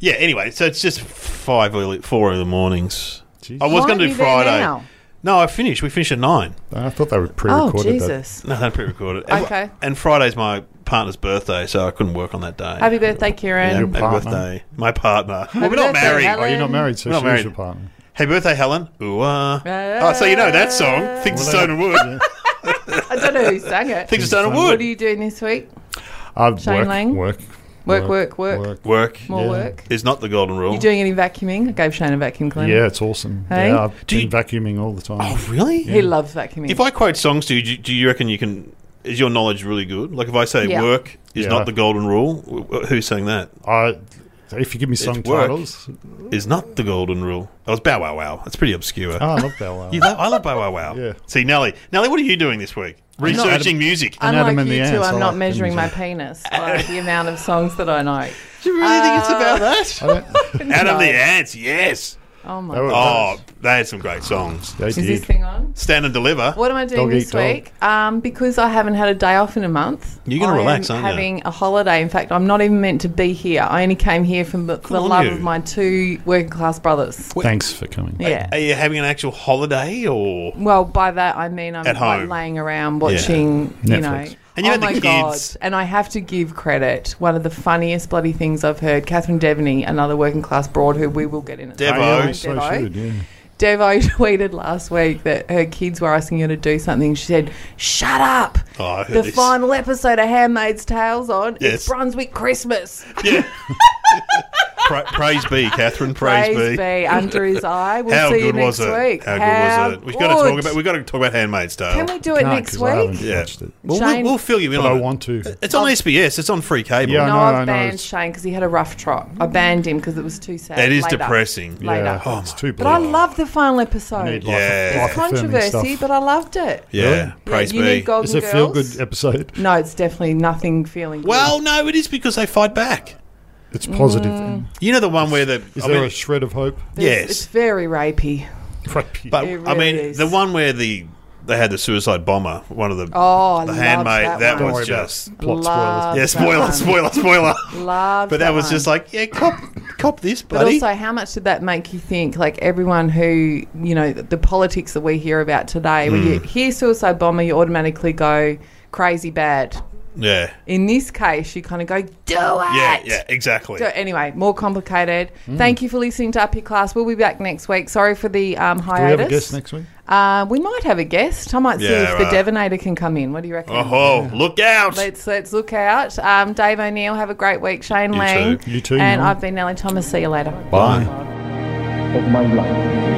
Speaker 2: Yeah. Anyway, so it's just five early, four in the mornings.
Speaker 3: Jeez.
Speaker 2: I was
Speaker 1: Why aren't
Speaker 2: going to do
Speaker 1: you there
Speaker 2: Friday.
Speaker 1: now?
Speaker 2: No, I finished. We finished at nine.
Speaker 3: I thought they were
Speaker 1: Oh
Speaker 3: pre-recorded. that.
Speaker 1: Jesus!
Speaker 2: No, I pre-recorded. And-
Speaker 1: Okay.
Speaker 2: And Friday's my partner's birthday, so I couldn't work on that day.
Speaker 1: Happy birthday,
Speaker 2: Yeah,
Speaker 1: Kieran.
Speaker 2: happy
Speaker 3: Your partner.
Speaker 2: birthday, my partner. well, we're not
Speaker 1: birthday,
Speaker 2: married.
Speaker 1: Helen.
Speaker 3: Oh, you're not married, so
Speaker 2: We're not
Speaker 3: she's
Speaker 2: married.
Speaker 3: your partner.
Speaker 2: Happy birthday, Helen. Ooh, ah. oh, so you know that song, Things of
Speaker 3: Well,
Speaker 2: Stone and Wood.
Speaker 3: Yeah.
Speaker 1: I don't know who sang it.
Speaker 2: Things of Stone and
Speaker 3: Stone.
Speaker 1: What are
Speaker 2: Wood.
Speaker 1: you doing this week?
Speaker 3: I've
Speaker 1: Shane
Speaker 3: work,
Speaker 1: Lang?
Speaker 3: Work,
Speaker 1: Work, work, work.
Speaker 2: Work
Speaker 1: More
Speaker 3: Yeah.
Speaker 1: work.
Speaker 2: is not the golden rule.
Speaker 1: You doing any vacuuming? I gave Shane a vacuum cleaner.
Speaker 3: Yeah, it's awesome.
Speaker 1: Hey?
Speaker 3: Yeah, I've
Speaker 2: Do
Speaker 3: been
Speaker 2: you-
Speaker 3: vacuuming all the time.
Speaker 2: oh, really?
Speaker 1: He loves vacuuming.
Speaker 2: If I quote songs to you, do, do you reckon you can? Is your knowledge really good? Like if I say
Speaker 1: Yeah.
Speaker 2: "work" is
Speaker 3: Yeah.
Speaker 2: not the golden rule, wh- wh- who's saying that?
Speaker 3: I, if you give me song
Speaker 2: work.
Speaker 3: titles,
Speaker 2: Is not the golden rule. I was Bow Wow Wow. That's pretty obscure.
Speaker 3: oh, I love Bow Wow.
Speaker 2: You love, I love Bow Wow Wow.
Speaker 3: Yeah.
Speaker 2: See, Nelly, Nelly, what are you doing this week?
Speaker 3: I'm not-
Speaker 2: Researching music.
Speaker 3: I- an atom
Speaker 1: Unlike
Speaker 3: in
Speaker 1: you
Speaker 3: the
Speaker 1: two,
Speaker 3: ants,
Speaker 1: I'm
Speaker 3: I
Speaker 1: not
Speaker 3: like
Speaker 1: measuring
Speaker 3: things
Speaker 1: my
Speaker 3: like-
Speaker 1: penis by the amount of songs that I know.
Speaker 2: do you really think it's about
Speaker 3: I
Speaker 2: that?
Speaker 3: don't,
Speaker 2: Out of the
Speaker 1: No.
Speaker 2: ants, yes.
Speaker 1: Oh my
Speaker 3: That was-
Speaker 1: god!
Speaker 2: Oh, they had some great songs.
Speaker 3: they
Speaker 1: Is this
Speaker 3: did.
Speaker 1: thing on?
Speaker 2: Stand and deliver.
Speaker 1: What am I doing
Speaker 3: Dog
Speaker 1: this
Speaker 3: eat dog.
Speaker 1: week? Um, because I haven't had a day off in a month.
Speaker 2: You're gonna
Speaker 1: I
Speaker 2: relax,
Speaker 1: am
Speaker 2: aren't you?
Speaker 1: having a holiday. In fact, I'm not even meant to be here. I only came here from the, for the
Speaker 2: on
Speaker 1: love
Speaker 2: you.
Speaker 1: of my two working class brothers.
Speaker 3: Thanks for coming.
Speaker 1: Yeah.
Speaker 2: Are you having an actual holiday or?
Speaker 1: Well, by that I mean I'm
Speaker 2: At
Speaker 1: like
Speaker 2: home.
Speaker 1: laying around watching, you know.
Speaker 3: Netflix.
Speaker 2: And you
Speaker 1: oh
Speaker 2: had the
Speaker 1: my
Speaker 2: kids.
Speaker 1: god! And I have to give credit. One of the funniest bloody things I've heard. Catherine Devaney, another working class broad, who we will get in. at some
Speaker 2: Devo. Oh,
Speaker 1: point.
Speaker 3: I so
Speaker 1: Devo.
Speaker 3: should, yeah.
Speaker 1: Devo tweeted last week that her kids were asking her to do something. She said, "Shut up!
Speaker 2: Oh, I heard
Speaker 1: the
Speaker 2: this.
Speaker 1: final episode of Handmaid's Tale's on.
Speaker 2: Yes.
Speaker 1: It's Brunswick Christmas.
Speaker 2: Yeah. pra- praise be, Catherine. Praise,
Speaker 1: Praise, be. under his eye. We'll
Speaker 2: How
Speaker 1: see
Speaker 2: good
Speaker 1: you next
Speaker 2: was it?
Speaker 1: week.
Speaker 2: How, good was it? We've got to
Speaker 1: good.
Speaker 2: talk about. We've got to talk about Handmaid's Tale.
Speaker 1: Can we do it
Speaker 3: Can't,
Speaker 1: next
Speaker 3: 'cause I
Speaker 1: week?
Speaker 3: haven't
Speaker 2: yeah.
Speaker 3: watched it.
Speaker 2: Well,
Speaker 1: Shane-
Speaker 2: we'll, we'll fill you in
Speaker 3: But
Speaker 2: on
Speaker 3: I
Speaker 2: it.
Speaker 3: want to.
Speaker 2: It's
Speaker 1: Oh.
Speaker 2: on SBS. It's on free cable.
Speaker 3: Yeah, I
Speaker 1: No,
Speaker 3: know,
Speaker 1: I've
Speaker 3: know,
Speaker 1: banned
Speaker 3: it's-
Speaker 1: Shane because he had a rough trot. I banned him because it was too sad.
Speaker 2: It is
Speaker 1: Later.
Speaker 2: depressing.
Speaker 1: Later.
Speaker 3: Yeah,
Speaker 2: Oh
Speaker 3: it's
Speaker 2: my
Speaker 3: too
Speaker 1: But I
Speaker 3: bleak.
Speaker 1: love the final
Speaker 3: I
Speaker 1: episode.
Speaker 3: need
Speaker 1: It's
Speaker 3: life-
Speaker 2: Yeah.
Speaker 3: life affirming
Speaker 1: controversy,
Speaker 3: stuff.
Speaker 1: but I loved it.
Speaker 2: Yeah.
Speaker 3: Really?
Speaker 2: Praise
Speaker 1: yeah, you
Speaker 2: be.
Speaker 1: need Golden
Speaker 3: Is it
Speaker 1: Girls.
Speaker 3: feel good episode?
Speaker 1: No, it's definitely nothing feeling.
Speaker 2: well, no, it is because they fight back.
Speaker 3: It's positive.
Speaker 1: Mm.
Speaker 2: You know the one where the
Speaker 3: Is
Speaker 2: I
Speaker 3: there
Speaker 2: mean,
Speaker 3: a shred of hope?
Speaker 1: good. It's-
Speaker 2: yes.
Speaker 1: it's very rapey.
Speaker 3: Crappy.
Speaker 2: but
Speaker 1: It
Speaker 2: I mean
Speaker 1: really is.
Speaker 2: the one where the they had the suicide bomber. One of the
Speaker 1: Oh, I
Speaker 2: the
Speaker 1: loved
Speaker 2: handmaid.
Speaker 1: that one.
Speaker 3: Don't
Speaker 2: was
Speaker 3: worry about
Speaker 2: just
Speaker 3: plot
Speaker 1: Love
Speaker 3: spoilers.
Speaker 2: yeah. Spoiler,
Speaker 1: that one.
Speaker 2: spoiler, spoiler.
Speaker 1: Love.
Speaker 2: But that, was just
Speaker 1: one.
Speaker 2: like yeah, cop, cop this,
Speaker 1: But
Speaker 2: buddy.
Speaker 1: also, how much did that make you think? Like everyone who you know, the, the politics that we hear about today. When
Speaker 2: Mm.
Speaker 1: you hear suicide bomber, you automatically go crazy bad.
Speaker 2: yeah,
Speaker 1: In this case, you kind of go do it.
Speaker 2: yeah, yeah, Mm. exactly.
Speaker 1: So anyway, more complicated. Thank you for listening to Up Your Class. We'll be back next week. Sorry for the um,
Speaker 3: Do we
Speaker 1: hiatus.
Speaker 3: have a guest next week?
Speaker 1: Uh, we might have a guest. I might see
Speaker 2: Yeah,
Speaker 1: if the
Speaker 2: right.
Speaker 1: Devonator can come in. What do you reckon?
Speaker 2: Oh, look out!
Speaker 1: Let's let's look out. Um, Dave O'Neill, have a great week. Shane
Speaker 2: You
Speaker 1: Lang,
Speaker 2: too.
Speaker 3: You too,
Speaker 1: and
Speaker 3: Mel.
Speaker 1: I've been Nellie Thomas. See you later.
Speaker 3: Bye.
Speaker 4: of my life.